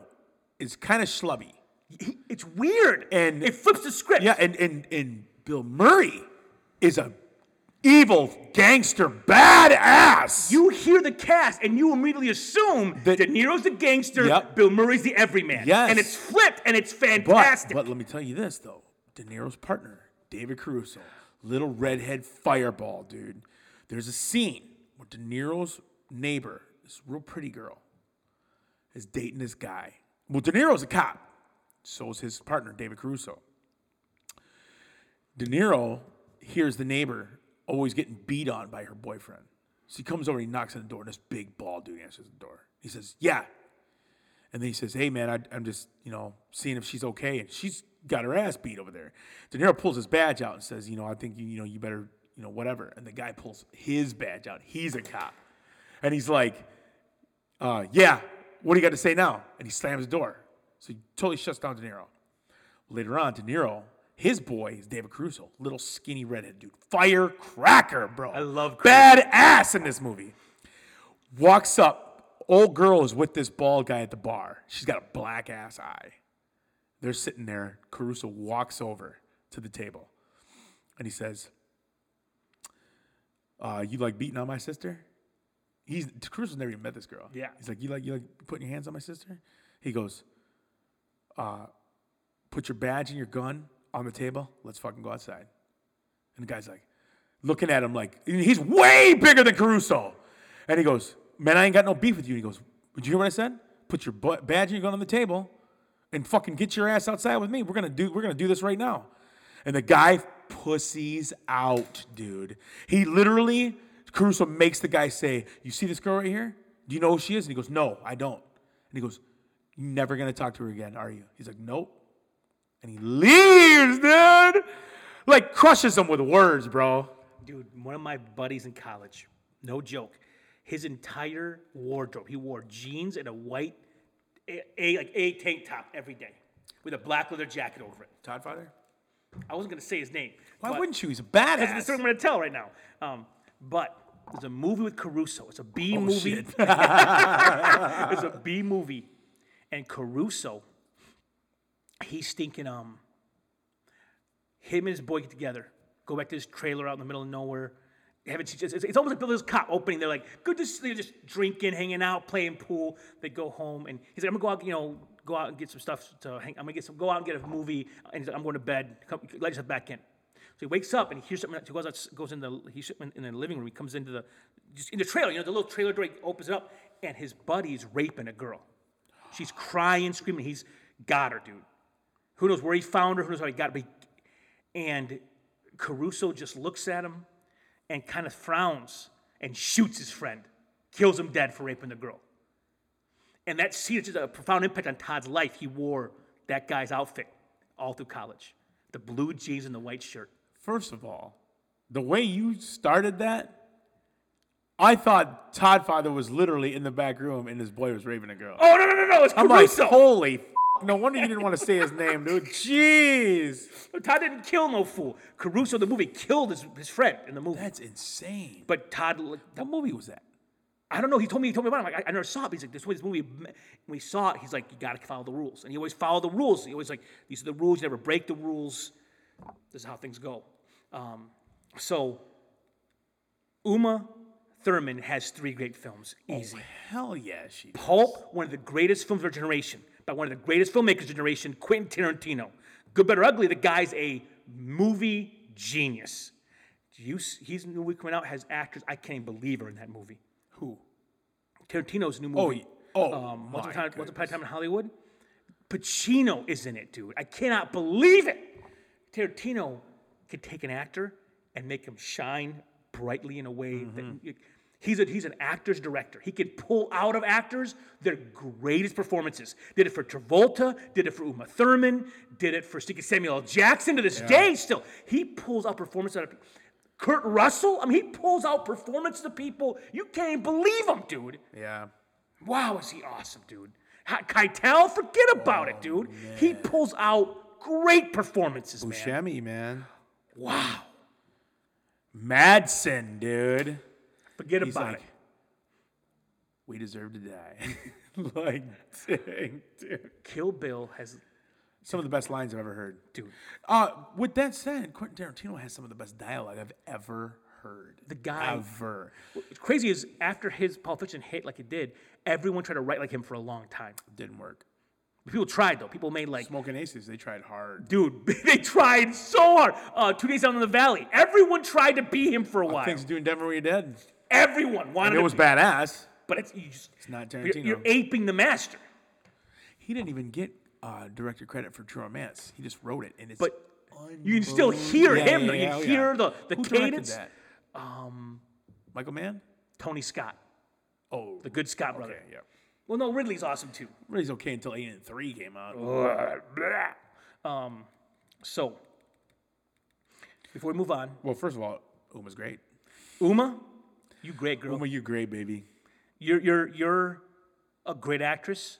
is kind of schlubby. He- it's weird. And- it flips the script. Yeah, and and and Bill Murray is a evil gangster badass. You hear the cast and you immediately assume That- that De Niro's the gangster, Yep. Bill Murray's the everyman. Yes. And it's flipped and it's but, fantastic. but let me tell you this though, De Niro's partner, David Caruso, little redhead fireball dude. There's a scene where De Niro's neighbor, this real pretty girl, is dating this guy. Well, De Niro's a cop. So is his partner, David Caruso. De Niro hears the neighbor always getting beat on by her boyfriend. So he comes over, he knocks on the door, and this big bald dude answers the door. He says, Yeah. And then he says, Hey, man, I, I'm just, you know, seeing if she's okay. And she's got her ass beat over there. De Niro pulls his badge out and says, You know, I think, you, you know, you better, you know, whatever. And the guy pulls his badge out. He's a cop. And he's like, uh, Yeah, what do you got to say now? And he slams the door. So he totally shuts down De Niro. Later on, De Niro, his boy is David Caruso, little skinny redhead dude. Firecracker, bro. I love Badass in this movie. Walks up. Old girl is with this bald guy at the bar. She's got a black ass eye. They're sitting there. Caruso walks over to the table and he says, uh, you like beating on my sister? He's Caruso's never even met this girl. Yeah. He's like, you like you like putting your hands on my sister? He goes, "Uh, put your badge and your gun on the table. Let's fucking go outside. And the guy's like, looking at him like, and he's way bigger than Caruso. And he goes, man, I ain't got no beef with you. And he goes, did you hear what I said? Put your bu- badge and your gun on the table and fucking get your ass outside with me. We're gonna do, we're gonna do this right now. And the guy pussies out, dude. He literally, Caruso makes the guy say, you see this girl right here? Do you know who she is? And he goes, no, I don't. And he goes, you're never gonna talk to her again, are you? He's like, nope and he leaves, dude. Like crushes him with words, bro. Dude, one of my buddies in college, no joke, his entire wardrobe, he wore jeans and a white a, a like a tank top every day with a black leather jacket over it. Todd Father? I wasn't gonna say his name. Why but wouldn't you? He's a that's the story badass. I'm gonna tell right now. Um, but there's a movie with Caruso. It's a B movie. shit. it's a B movie, and Caruso, he's thinking um. Him and his boy get together, go back to this trailer out in the middle of nowhere. Haven't it's, it's it's almost like Billy's cop opening. They're like, good to see. They're just drinking, hanging out, playing pool. They go home, and he's like, I'm gonna go out, you know, go out and get some stuff to hang. I'm gonna get some, go out and get a movie, and he's like, I'm going to bed. Come, let yourself back in. So he wakes up and he hears something. He goes out, goes in the he's in- in the living room. He comes into the just in the trailer, you know, the little trailer door. He opens it up, and his buddy's raping a girl. She's crying, screaming. He's got her, dude. Who knows where he found her? Who knows how he got her? But he, and Caruso just looks at him and kind of frowns and shoots his friend, kills him dead for raping the girl. And that seed is a profound impact on Todd's life. He wore that guy's outfit all through college the blue jeans and the white shirt. First of all, the way you started that, I thought Todd Father was literally in the back room and his boy was raving a girl. Oh, no, no, no, no. It's I'm like, Caruso. holy. F-. No wonder you didn't want to say his name, dude. Jeez, Todd didn't kill no fool. Caruso, in the movie, killed his, his friend in the movie. that's insane. but Todd, like, What movie was that? I don't know. He told me. He told me about it. I'm like, I, I never saw it. But he's like, this was this movie. When we saw it, he's like, you gotta follow the rules, and he always followed the rules. He always like, these are the rules. You never break the rules. This is how things go. Um, so, Uma Thurman has three great films. Oh. Easy. Hell yeah, she. Pulp, one of the greatest films of our generation, by one of the greatest filmmakers of the generation, Quentin Tarantino. Good, Better, Ugly, the guy's a movie genius. Do you, s- his new movie coming out has actors I can't even believe are in that movie. Who? Tarantino's new Oh, movie. y- oh, um, Once my Upon, Once Upon a Time in Hollywood. Pacino is in it, dude. I cannot believe it. Tarantino could take an actor and make him shine brightly in a way Mm-hmm. that he's a, he's an actor's director. He can pull out of actors their greatest performances. Did it for Travolta, did it for Uma Thurman, did it for Sticky Samuel L. Jackson to this day still. He pulls out performances out of Kurt Russell, I mean, he pulls out performances to people. You can't believe him, dude. Yeah. Wow, is he awesome, dude? Ha- Keitel, forget about Oh, it, dude. He pulls out great performances, Oh, man. Buscemi, man. Wow, Madsen, dude. forget He's about like, it. we deserve to die. like, dang, dude. Kill Bill has, Some of the best lines I've ever heard. dude. Uh, with that said, Quentin Tarantino has some of the best dialogue I've ever heard. The guy- Ever. What's crazy is after his Pulp Fiction hit like it did, everyone tried to write like him for a long time. Didn't work. People tried though. People made like, Smoking Aces, they tried hard. dude, they tried so hard. Uh, Two Days Out in the Valley. Everyone tried to be him for a while. Things doing Denver were you dead. Everyone wanted It was to, badass. but it's you just it's not You're, you're Tarantino. aping the master. He didn't even get uh, director credit for True Romance. He just wrote it, and it's But you can still hear Yeah, him. yeah, though. you yeah, can oh, yeah. hear the, the Who directed cadence. that? Michael Mann. Tony Scott, Oh, the good Scott brother. okay, yeah. Well, no, Ridley's awesome too. Really, okay until Alien Three came out. Um, so before we move on, Well, first of all, Uma's great. Uma, you great girl. Uma, you great, baby. You're you're you're a great actress.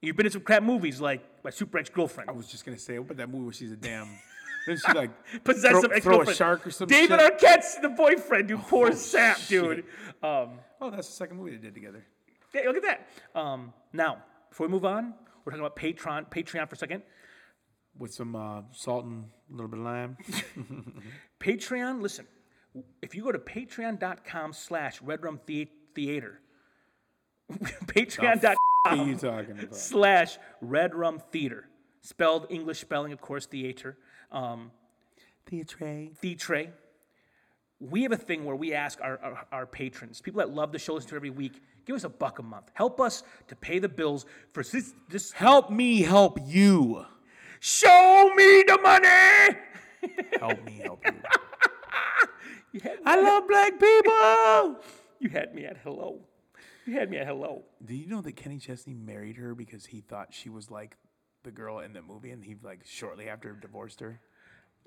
You've been in some crap movies like my super ex girlfriend. I was just gonna say, what about that movie where she's a damn? Then she like Possessive throw, ex throw girlfriend. a shark or some David shit. Arquette's the boyfriend, dude. Poor sap, dude. Um, Oh, that's the second movie they did together. Hey, look at that. Um, now, before we move on, we're talking about Patreon, Patreon for a second. with some uh, salt and a little bit of lime. Patreon, listen, if you go to patreon.com slash redrum Thea- theater, patreon.com what are you talking about? slash redrum theater, spelled English spelling, of course, theater, um, Theatre. theatre. We have a thing where we ask our, our, our patrons, people that love the show, listen to it every week, give us a buck a month. Help us to pay the bills for this, this Help me help you. show me the money. Help me help you. You had, I love black people. you had me at hello. You had me at hello. Do you know that Kenny Chesney married her because he thought she was like the girl in the movie, and he like shortly after divorced her?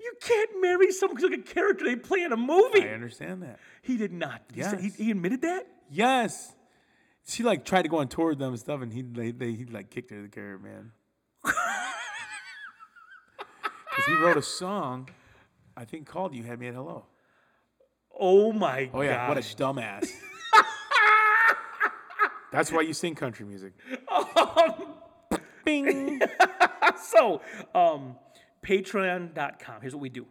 You can't marry some like a character they play in a movie. I understand that. He did not. He, said- he, Yes. he admitted that. Yes. She like tried to go on tour with them and stuff, and he they, they he like kicked her to the curb, man. Because he wrote a song, I think called "You Had Me at Hello." Oh my Oh yeah, gosh! what a dumbass. That's why you sing country music. Um, Bing. So, um, Patreon.com. Here's what we do.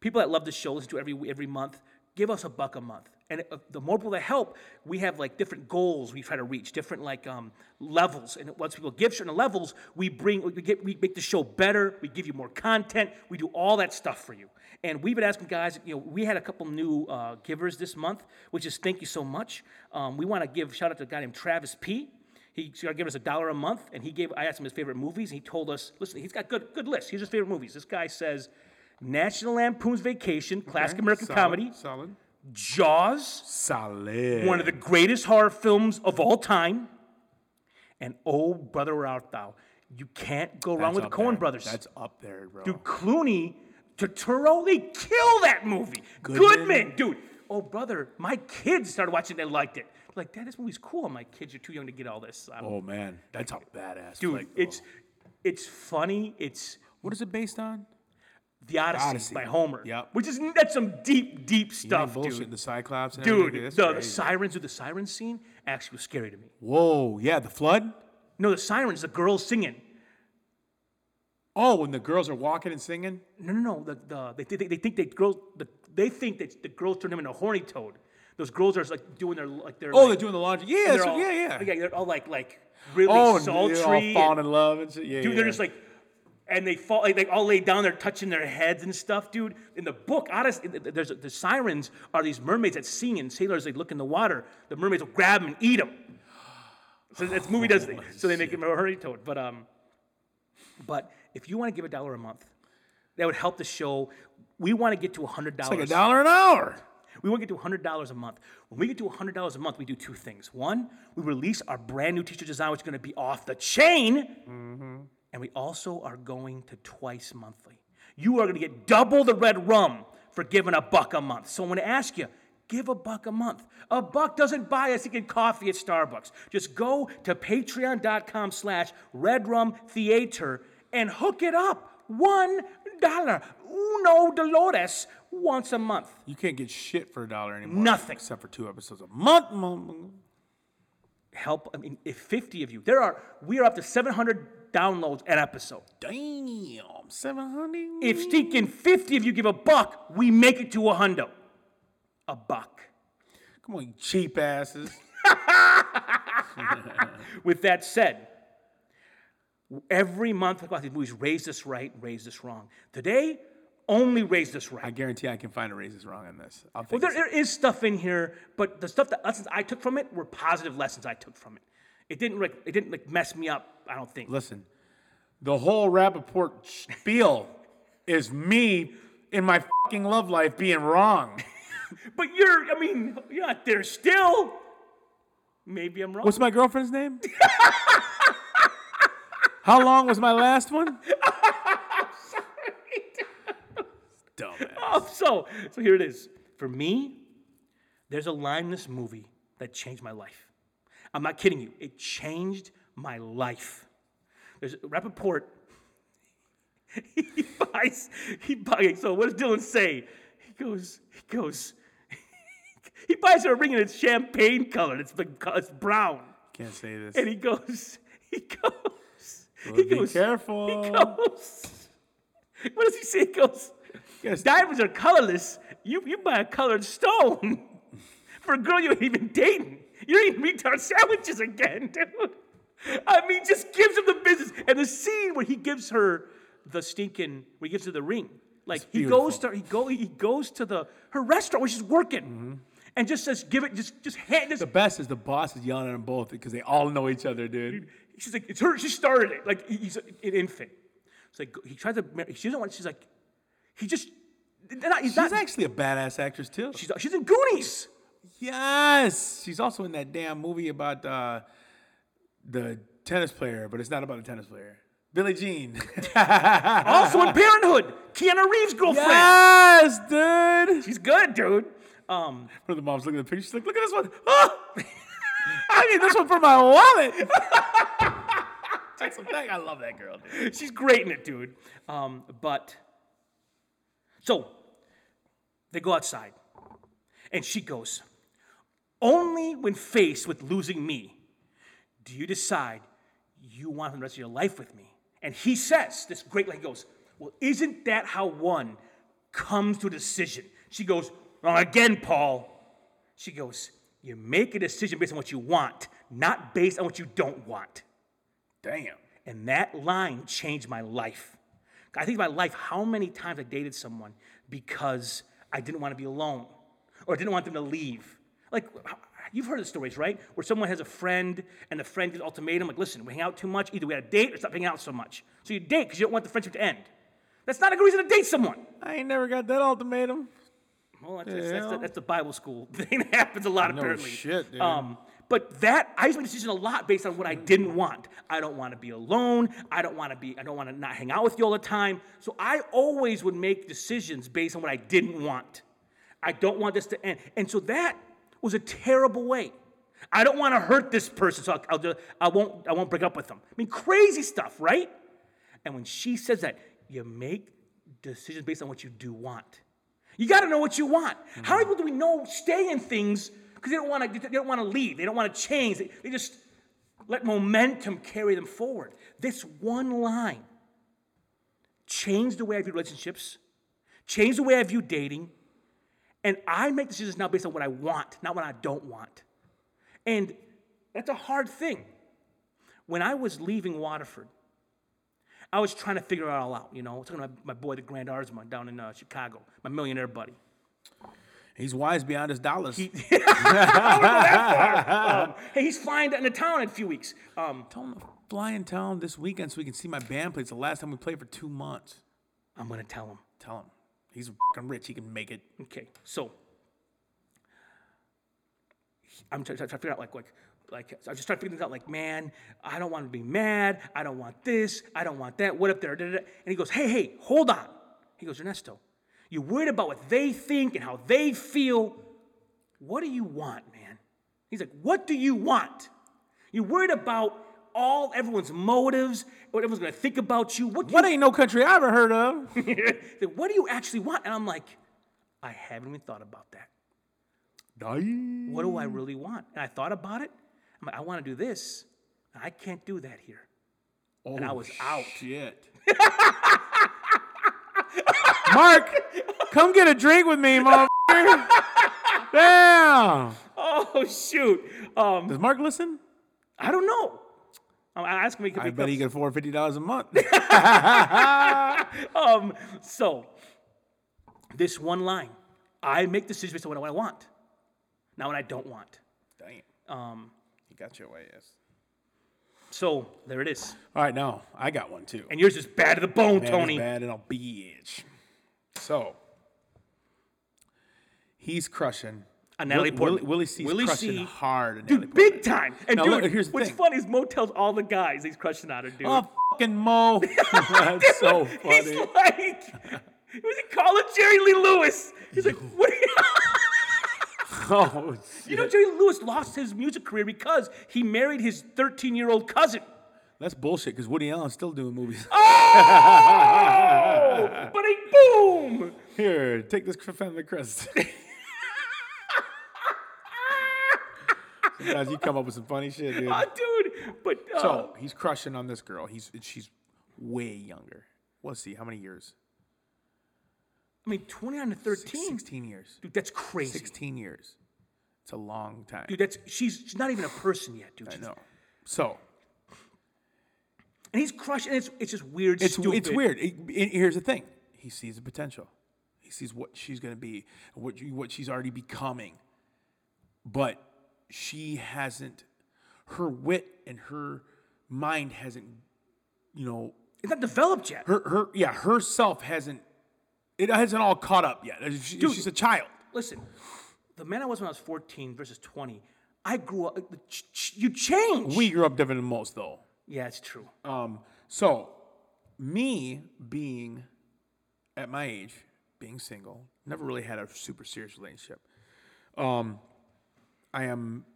People that love the show listen to it every every month. Give us a buck a month, and uh, the more people that help, we have like different goals we try to reach, different like um, levels. And once people give certain levels, we bring we get we make the show better. We give you more content. We do all that stuff for you. And we've been asking guys. You know, we had a couple new uh, givers this month, which is thank you so much. Um, we want to give shout out to a guy named Travis P. He started giving us a dollar a month, and he gave. I asked him his favorite movies, and he told us, "Listen, he's got good good lists. Here's his favorite movies." This guy says, "National Lampoon's Vacation, classic American Solid, comedy, Solid. Jaws, Solid. one of the greatest horror films of all time, And oh, brother, art thou? You can't go wrong with the up Coen there. brothers. That's up there, bro. Dude, Clooney, Turturro, they kill that movie. Goodman. Goodman. dude. Oh, brother, my kids started watching it and liked it. Like, Dad, this movie's cool. I'm like, kids, you're too young to get all this. I'm- Oh man, that's a badass. dude, flick, bro. it's oh. it's funny. It's what is it based on? The Odyssey, Odyssey. by Homer. Yep. Which is that's some deep, deep stuff, bullshit. dude. The Cyclops. And Dude, everything, that's the, the crazy. sirens with the siren scene actually was scary to me. Whoa, yeah, the flood. No, the sirens, the girls singing. Oh, when the girls are walking and singing. No, no, no. The, the, they, thi- they, they think they girls the, they think that the girls turned him into a horny toad. Those girls are like doing their like their Oh, like, they're doing the laundry. Yeah, they're that's what- all- yeah, yeah. yeah. They're all like like really Oh, and sultry. they're all falling and- in love and shit. Yeah, dude, yeah. they're just like, and they fall, like, they all lay down, they're touching their heads and stuff, dude. In the book, honest, th- th- there's the sirens are these mermaids that sing, and sailors they look in the water. The mermaids will grab them and eat them. So that's movie does it. So they make him a hurry toad. But um, but if you want to give a dollar a month, that would help the show. We want to get to hundred dollars. like a dollar an hour. We won't get to $100 a month. When we get to $100 a month, we do two things. One, we release our brand new teacher design, which is going to be off the chain. And we also are going to twice monthly. You are going to get double the red rum for giving a buck a month. So I'm going to ask you, give a buck a month. A buck doesn't buy us to get coffee at Starbucks. Just go to patreon.com slash red rum theater and hook it up. One dollar. Uno Dolores once a month. You can't get shit for a dollar anymore. Nothing. except for two episodes a month. mom. help. I mean, if 50 of you, there are, we are up to 700 downloads an episode. Damn, seven hundred. If stinking 50 of you give a buck, we make it to a hundo. A buck. Come on, you cheap asses. With that said, every month we talk about these movies, raise this right, raise this wrong. Today, only raise this I right. guarantee I can find a raises wrong on this. I'll Well, think there, it's- there is stuff in here, but the stuff that lessons I took from it were positive lessons I took from it. It didn't like it didn't like mess me up. I don't think. Listen, the whole Rappaport spiel is me in my fucking love life being wrong. But you're, I mean, you're not there still. Maybe I'm wrong. What's my girlfriend's name? How long was my last one? Dumbass. Oh, so so here it is. For me, there's a line in this movie that changed my life. I'm not kidding you. It changed my life. There's Rappaport. He buys. He buys. So what does Dylan say? He goes. He goes. He buys her a ring and it's champagne colored. It's been, it's brown. Can't say this. And he goes. He goes. Well, he be goes. careful. He goes. What does he say? He goes. Yes. Diamonds are colorless. You you buy a colored stone for a girl you ain't even dating. You're eating retard sandwiches again, dude. I mean, just gives him the business. And the scene where he gives her the stinking, where he gives her the ring, like he goes to he go he goes to the her restaurant where she's working, and just says, "Give it, just just hand this." the best is the boss is yelling at them both because they all know each other, dude. She's like, "It's her. She started it." Like he- he's an infant. It's like he tries to. Marry, she doesn't want. She's like, he just. they're not- he's She's not, actually a badass actress too. she's she's in Goonies. Yes, she's also in that damn movie about uh, the tennis player, but it's not about the tennis player. Billie Jean. Also in Parenthood, Keanu Reeves' girlfriend. yes, dude. She's good, dude. Um, Where the mom's looking at the picture, she's like, "Look at this one. Oh! I need this one for my wallet." That's a fact. I love that girl, dude. she's great in it, dude. Um, but so they go outside, and she goes, Only when faced with losing me do you decide you want the rest of your life with me. And he says, This great line he goes, Well, isn't that how one comes to a decision? She goes, Wrong again, Paul. She goes, You make a decision based on what you want, not based on what you don't want. Damn. And that line changed my life. I think about life how many times I dated someone because I didn't want to be alone or I didn't want them to leave. Like, you've heard the stories, right? Where someone has a friend and the friend gives ultimatum, like, listen, we hang out too much. Either we had a date or stop hanging out so much. So you date because you don't want the friendship to end. That's not a good reason to date someone. I ain't never got that ultimatum. Well, that's, that's, that's, the, Yeah. that's the Bible school thing that happens a lot, No apparently. shit, dude. Um, But that I used to make decisions a lot based on what I didn't want. I don't want to be alone. I don't want to be. I don't want to not hang out with you all the time. So I always would make decisions based on what I didn't want. I don't want this to end. And so that was a terrible way. I don't want to hurt this person, so I'll, I'll just, I won't. I won't break up with them. I mean, crazy stuff, right? And when she says that, you make decisions based on what you do want. You got to know what you want. How many people do we know stay in things because they don't want to? They don't want to leave. They don't want to change. They, they just let momentum carry them forward. This one line changed the way I view relationships, changed the way I view dating, and I make decisions now based on what I want, not what I don't want. And that's a hard thing. When I was leaving Waterford, I was trying to figure it all out, you know. I was talking to my, my boy, the Grand Arzma, down in uh, Chicago, my millionaire buddy. He's wise beyond his dollars. Hey, he's flying down to town in a few weeks. Um, Tell him to fly in town this weekend so we can see my band play. It's the last time we played for two months. I'm going to tell him. Tell him. He's fucking rich. He can make it. Okay, so I'm trying, trying to figure out like like like so I just trying to figure things out. Like, man, I don't want to be mad. I don't want this. I don't want that. What if they're? da, da, da. And he goes, hey, hey, hold on. He goes, Ernesto, you're worried about what they think and how they feel. What do you want, man? He's like, what do you want? You're worried about all everyone's motives, what everyone's gonna think about you. What do you What ain't no country I ever heard of? then what do you actually want? And I'm like, I haven't even thought about that. Die. What do I really want? And I thought about it. I'm like, I want to do this. and I can't do that here. and I was out. Oh, Shit. Mark, come get a drink with me, motherfucker. Damn. Oh shoot. Um, Does Mark listen? I don't know. I I asked him if he could I pick bet up- he can afford fifty dollars a month. um, so this one line, I make decisions based on what I want, not what I don't want. Damn. Um, He got your way, yes. so there it is. All right, now I got one too. And yours is bad to the bone, Man is Tony. bad and a bitch. So he's crushing. On Natalie Will- Portman. Willie, Willie C's Willie crushing C. hard. on Natalie Dude, big time. And Now, dude, look, here's the what's thing. funny is Mo tells all the guys he's crushing on her, dude. Portman. Oh, fucking Mo. That's so He's funny. like, was he calling Jerry Lee Lewis? He's like, what? Are you, Oh, shit. you know, Jerry Lee Lewis lost his music career because he married his 13-year-old cousin. That's bullshit because Woody Allen's still doing movies. Oh, but he boom. Here, take this cr- family crest. Sometimes you come up with some funny shit, dude. Ah, dude, but uh, So he's crushing on this girl. He's she's way younger. Let's see how many years. I mean, 29 to 13. Sixteen years. Dude, that's crazy. Sixteen years. It's a long time. Dude, that's she's she's not even a person yet, dude. I She's- know. So And he's crushed, and it's it's just weird. it's stupid. it's weird. It- it- here's the thing. He sees the potential. He sees what she's gonna be, what you- what she's already becoming. But she hasn't. Her wit and her mind hasn't. You know, It's not developed yet. her her yeah herself hasn't. It hasn't all caught up yet. She- she's a child. Listen, the man I was when I was 14 versus 20, I grew up. uh, ch- ch- You change. We grew up different than most, though. yeah, it's true. Um, so, me being at my age, being single, never really had a super serious relationship. Um, I am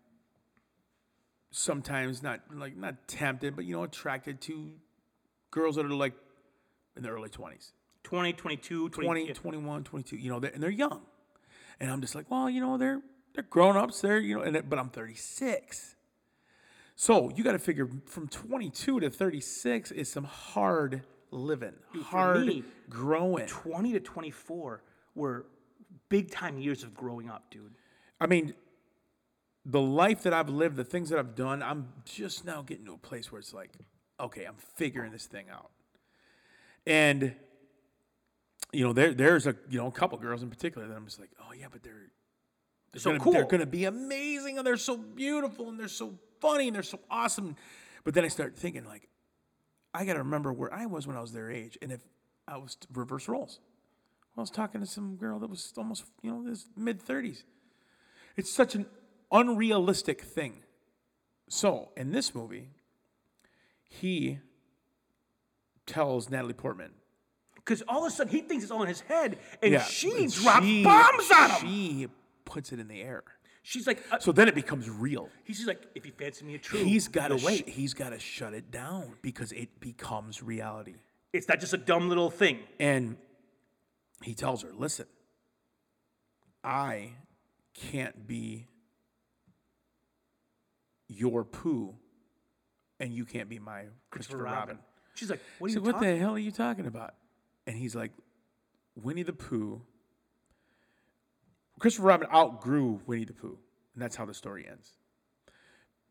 sometimes not like not tempted, but you know, attracted to girls that are like in their early twenties. 20, 22, 20, 21, 22, you know, they're, and they're young. And I'm just like, well, you know, they're they're grown-ups, they're, you know, and it, but I'm 36. So, you got to figure from 22 to 36 is some hard living, hard me, growing. 20 to 24 were big time years of growing up, dude. I mean, the life that I've lived, the things that I've done, I'm just now getting to a place where it's like, okay, I'm figuring this thing out. And you know, there there's a you know a couple girls in particular that I'm just like, oh yeah, but they're they're So gonna, cool. They're gonna be amazing, and they're so beautiful, and they're so funny, and they're so awesome. But then I start thinking like, I gotta remember where I was when I was their age, and if I was to reverse roles. I was talking to some girl that was almost, you know, this mid 30s. It's such an unrealistic thing So in this movie, he tells Natalie Portman, Because all of a sudden he thinks it's all in his head, and Yeah, she and drops she- bombs on him. She puts it in the air. she's like, uh, So then it becomes real. he's like, if you fancy me a true, He's got to no, wait. he's got to shut it down because it becomes reality. It's not just a dumb little thing. And he tells her, "Listen, I can't be your poo, and you can't be my Christopher for Robin." Robin. She's like, what are So you what talking? the hell are you talking about? And he's like, Winnie the Pooh. Christopher Robin outgrew Winnie the Pooh, and that's how the story ends.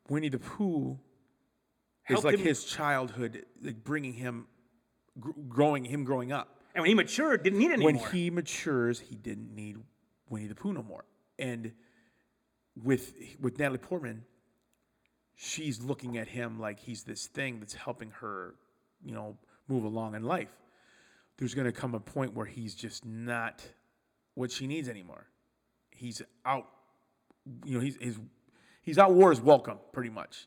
Winnie the Pooh is Helped like him- his childhood, like bringing him, gr- growing him growing up. And when he matured, didn't need it anymore. When he matures, he didn't need Winnie the Pooh no more. And with with Natalie Portman, she's looking at him like he's this thing that's helping her, you know, move along in life. There's going to come a point where he's just not what she needs anymore. He's out, you know, he's he's he's out war is welcome pretty much.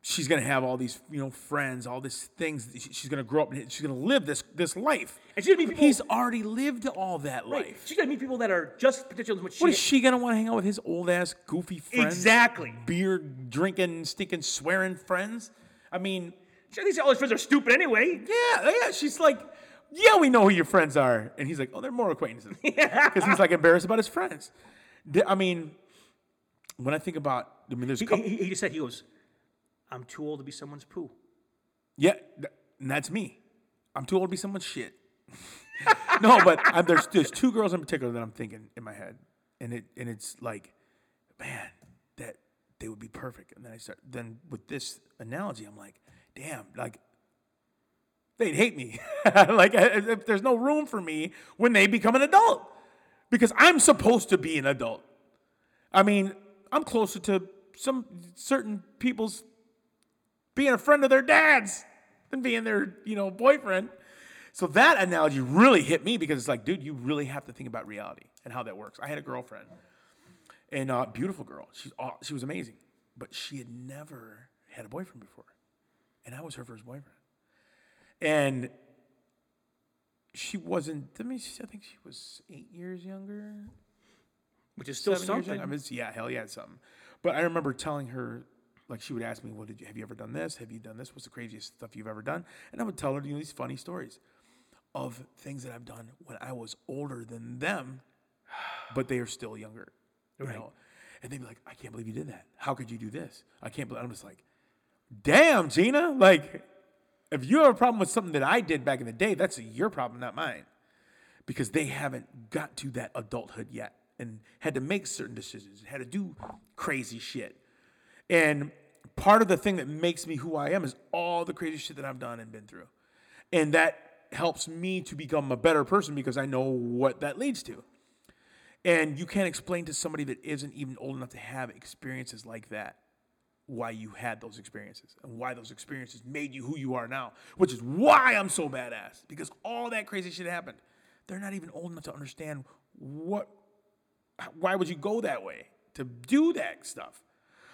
She's gonna have all these, you know, friends, all these things. that she- She's gonna grow up. and She's gonna live this this life. and she's gonna meet people. He's already lived all that life. she's gonna meet people that are just potential as much. What is she gonna want to hang out with his old ass goofy friends? Exactly. Beer drinking, stinking, swearing friends. I mean, She thinks all his friends are stupid anyway. yeah, yeah. She's like, yeah, we know who your friends are, and he's like, oh, they're more acquaintances because he's like embarrassed about his friends. The- I mean, when I think about, I mean, there's a He, couple. he, he just said, he goes, I'm too old to be someone's poo. Yeah, th- and that's me. I'm too old to be someone's shit. no, but i there's there's two girls in particular that I'm thinking in my head, and it and it's like, man, that they would be perfect. And then I start then with this analogy, I'm like, damn, like they'd hate me. like I- I- if there's no room for me when they become an adult, because I'm supposed to be an adult. I mean, I'm closer to some certain people's being a friend of their dad's than being their, you know, boyfriend. So that analogy really hit me because it's like, dude, you really have to think about reality and how that works. I had a girlfriend, and uh, beautiful girl. She's aw- she was amazing, but she had never had a boyfriend before, and I was her first boyfriend, and she wasn't. I mean, she, I think she was eight years younger, Which is still seven years something. young. I mean, it's- yeah, hell yeah, it's something. But I remember telling her, like, she would ask me, "What did you have you ever done this? Have you done this? What's the craziest stuff you've ever done?" And I would tell her you know, these funny stories of things that I've done when I was older than them, but they are still younger. You know? And they'd be like, "I can't believe you did that. How could you do this? I can't believe." I'm just like, "Damn, Gina! Like, if you have a problem with something that I did back in the day, that's your problem, not mine." because they haven't got to that adulthood yet and had to make certain decisions, had to do crazy shit. And part of the thing that makes me who I am is all the crazy shit that I've done and been through. And that helps me to become a better person because I know what that leads to. And you can't explain to somebody that isn't even old enough to have experiences like that why you had those experiences and why those experiences made you who you are now, which is why I'm so badass because all that crazy shit happened. They're not even old enough to understand what, why would you go that way to do that stuff?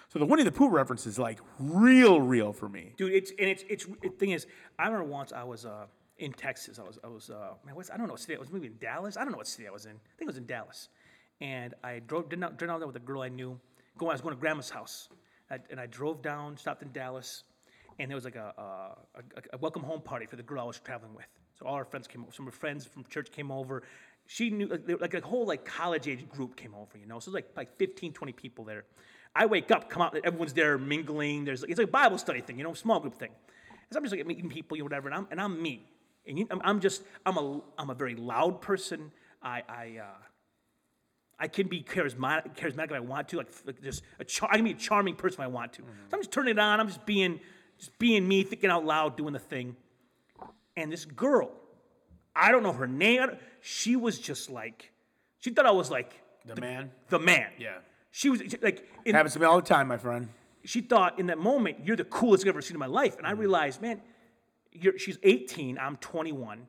So the Winnie the Pooh reference is like real, real for me. dude. It's and it's it's the thing is, I remember once I was uh, in Texas. I was I was uh, man, what's, I don't know what city I was maybe in Dallas. I don't know what city I was in. I think it was in Dallas, and I drove did not drove down there with a girl I knew. Going, I was going to grandma's house, I, and I drove down, stopped in Dallas, and there was like a, uh, a a welcome home party for the girl I was traveling with. So all our friends came over. Some of her friends from church came over. She knew like, they- like a whole like college age group came over, you know. So it was like like 15, 20 people there. I wake up, come out, everyone's there mingling. There's it's like a Bible study thing, you know, small group thing. And so I'm just like meeting people, you know, whatever, and I'm and I'm me, and you, I'm, I'm just I'm a I'm a very loud person. I I. Uh, I can be charismatic, charismatic if I want to. Like, f- like just a char- I can be a charming person if I want to. So I'm just turning it on. I'm just being, just being me, thinking out loud, doing the thing. And this girl, I don't know her name. I don't- She was just like, she thought I was like The man the man. Yeah. She was she- like, in, happens to me all the time, my friend. she thought in that moment, you're the coolest I've ever seen in my life. And I realized, man, you're, she's 18. I'm 21.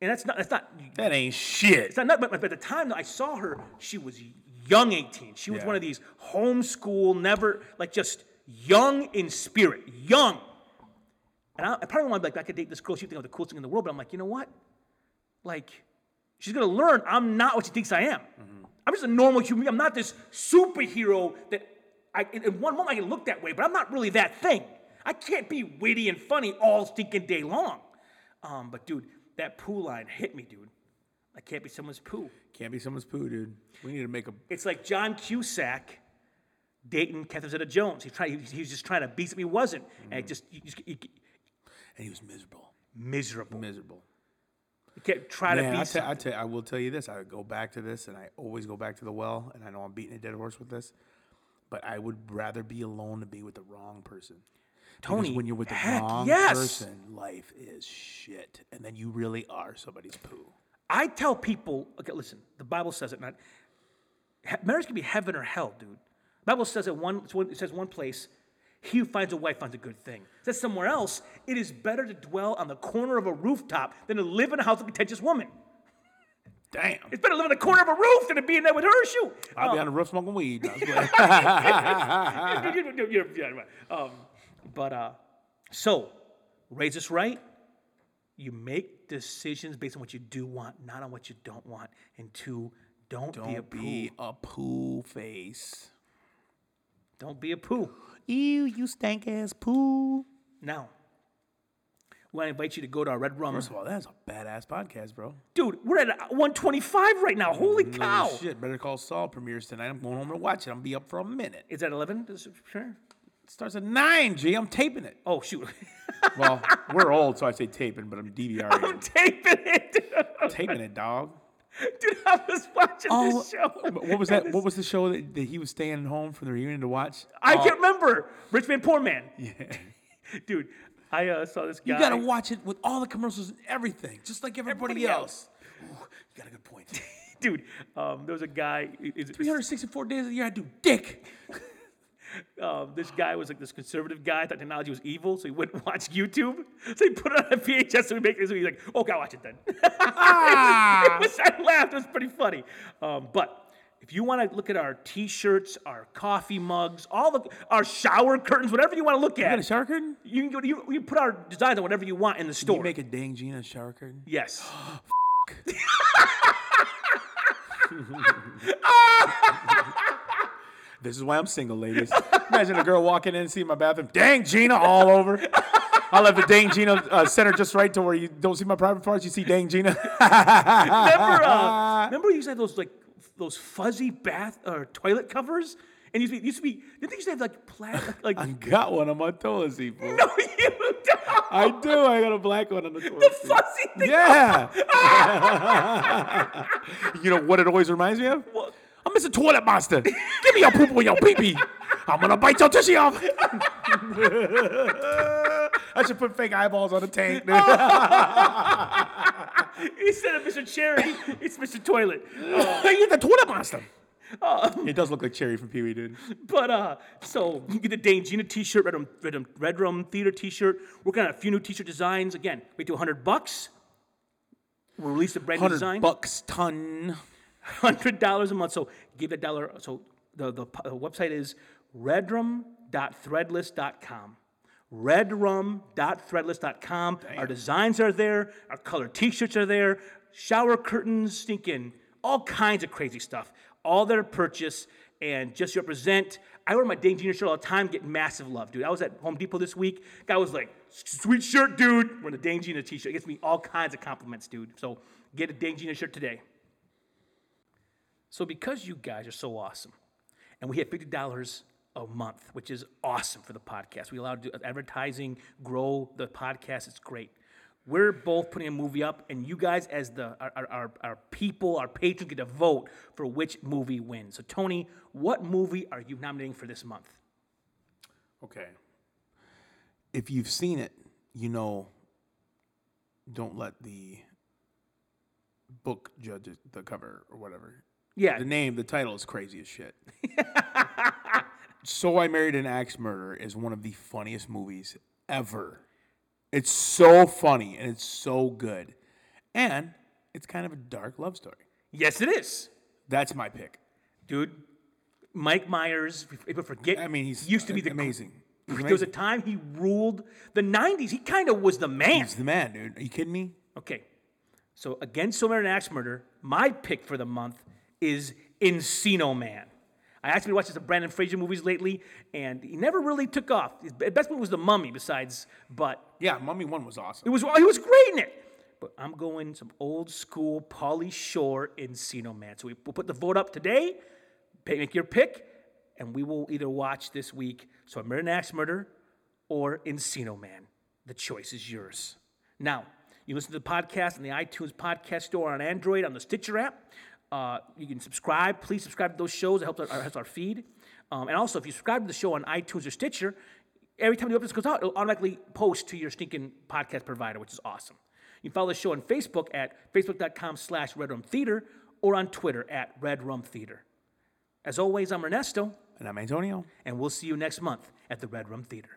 And that's not that's not That ain't shit. it's not nothing, but but at the time that I saw her, she was young 18. She was Yeah. one of these homeschool, never like just young in spirit, young. And I, I probably wanted like I could date this girl. She would think I'm the coolest thing in the world, but I'm like, you know what? Like, she's gonna learn I'm not what she thinks I am. I'm just a normal human. being. I'm not this superhero that I in in one moment I can look that way, but I'm not really that thing. I can't be witty and funny all stinking day long. Um, but dude, that poo line hit me, dude. I can't be someone's poo. Can't be someone's poo, dude. We need to make a It's like John Cusack dating Catherine Zeta-Jones. He tried. He, he was just trying to be something he wasn't, and Mm. it just, you just you, and he was miserable. miserable. Miserable. You can't try to Man, be. I, something. tell I, tell I will tell you this. I go back to this, and I always go back to the well. And I know I'm beating a dead horse with this, but I would rather be alone than be with the wrong person. Because Tony, when you're with the heck wrong yes. person, life is shit, and then you really are somebody's poo. I tell people, okay, listen, the Bible says it, not he- marriage can be heaven or hell, dude. The Bible says it one, it's one- it says one place, he who finds a wife finds a good thing. It says somewhere else, it is better to dwell on the corner of a rooftop than to live in a house with a contentious woman. Damn, It's better to live in the corner of a roof than to be in there with her shoe. I'll be on the roof smoking weed. No, I'm playing. Yeah, yeah, yeah, yeah, yeah, right. Um, but uh, so raise us right. You make decisions based on what you do want, not on what you don't want. And two, don't, be a Don't poo. be a poo face. Don't be a poo. Ew, you stank ass poo. Now, when I invite you to go to our Red Rum, First of all, that's a badass podcast, bro. dude, we're at 125 right now. Holy Holy cow! Shit, Better Call Saul premieres tonight. I'm going home to watch it. I'm gonna be up for a minute. Is that 11? Does it- sure. It starts at nine. G, I'm taping it. Oh shoot, Well, we're old, so I say taping, but I'm DVRing. I'm taping it, dude. it. taping it, dog. dude I was watching this show. Oh, but what was that? What was the show that, that he was staying home from the reunion to watch? I Oh, can't remember. Rich man, poor man. yeah. dude. I uh, saw this guy. You gotta watch it with all the commercials and everything, just like everybody, Everybody else. Ooh, you got a good point. dude. Um, there was a guy. Is, 364 days a year, I do dick. um, this guy was like this conservative guy. Thought technology was evil, so he wouldn't watch YouTube. So he put it on a VHS and we make this. He's like, "Okay, I'll watch it then." Ah! it was, I laughed. It was pretty funny. Um, but if you want to look at our T-shirts, our coffee mugs, all the our shower curtains, whatever you want to look You got a at, shower curtain? you can go, you, you put our designs on whatever you want in the You store. make a dang Gina a shower curtain? yes. This is why I'm single, ladies. Imagine a girl walking in and seeing my bathroom. Dang Gina all over. I left the dang Gina uh, center just right to where you don't see my private parts. You see dang Gina. remember, uh, remember you used to have those like f- those fuzzy bath or toilet covers, and used to be, used to be didn't they used to have like plastic like I got one on my toilet seat, fool. no you don't I do. I got a black one on the toilet the seat. fuzzy thing Yeah. you know what it always reminds me of? What? I'm Mr. Toilet Monster. Give me your poop or your pee pee. I'm gonna bite your tushy off. I should put fake eyeballs on the tank, dude. instead of Mr. Cherry, it's Mr. Toilet. You're the toilet monster. it does look like Cherry from Pee Wee, dude. But uh, so you get the Dane Gina T-shirt, Red Room, Red Room, Red Room Theater T-shirt. Working on a few new T-shirt designs. Again, we do 100 bucks. We'll release a brand new design. bucks ton. hundred dollars a month. So give a dollar. So the the, p- the website is redrum.threadless.com. Redrum.threadless.com. Our designs are there. Our colored T-shirts are there. Shower curtains, stinking, all kinds of crazy stuff. All there to purchase and just represent. I wear my Dane Junior shirt all the time. Get massive love, dude. I was at Home Depot this week. Guy was like, "Sweet shirt, dude." Wearing a Dane Junior T-shirt. It gets me all kinds of compliments, dude. So get a Dane Junior shirt today. So because you guys are so awesome, and we hit fifty dollars a month, which is awesome for the podcast. We allowed to do advertising, grow the podcast. It's great. We're both putting a movie up, and you guys, as the our, our, our, our people, our patrons, get to vote for which movie wins. So Tony, what movie are you nominating for this month? Okay. If you've seen it, you know. Don't let the book judge it- the cover or whatever. Yeah, The name, the title is crazy as shit. so I Married an Axe Murderer is one of the funniest movies ever. It's so funny and it's so good. And it's kind of a dark love story. yes, it is. That's my pick. dude. Mike Myers, if people forget, I mean, he's used to be the amazing. He's There was a amazing. time he ruled the '90s. He kind of was the man. He's the man, dude. Are you kidding me? Okay, so against Silver and Axe Murder, my pick for the month is Encino Man. I actually been watching some Brandon Fraser movies lately, and he never really took off. His be- best movie was The Mummy, besides, but Yeah, Mummy One was awesome. it was he was great in it. But I'm going some old school Polly Shore Encino Man. So we, we'll put the vote up today. Pick, make your pick, and we will either watch this week. So a Murder Axe Murder or Encino Man. The choice is yours. Now you listen to the podcast on the iTunes podcast store on Android on the Stitcher app. Uh, you can subscribe. Please subscribe to those shows. It helps our, helps our feed. Um, and also, if you subscribe to the show on iTunes or Stitcher, every time the episode comes out, it'll automatically post to your stinking podcast provider, which is awesome. You can follow the show on Facebook at facebook.com slash Red Rum Theater or on Twitter at Red Rum Theater. As always, I'm Ernesto, And I'm Antonio. and we'll see you next month at the Red Rum Theater.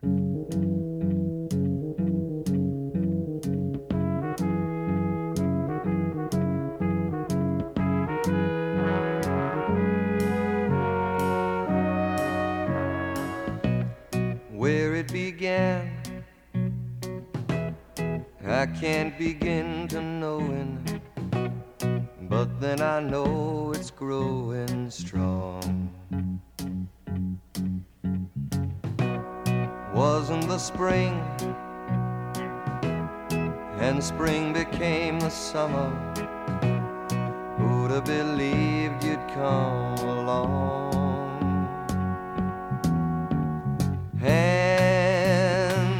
where it began. I can't begin to knowing, but then I know it's growing strong. Wasn't the spring, and spring became the summer. Who'd have believed you'd come along? hands,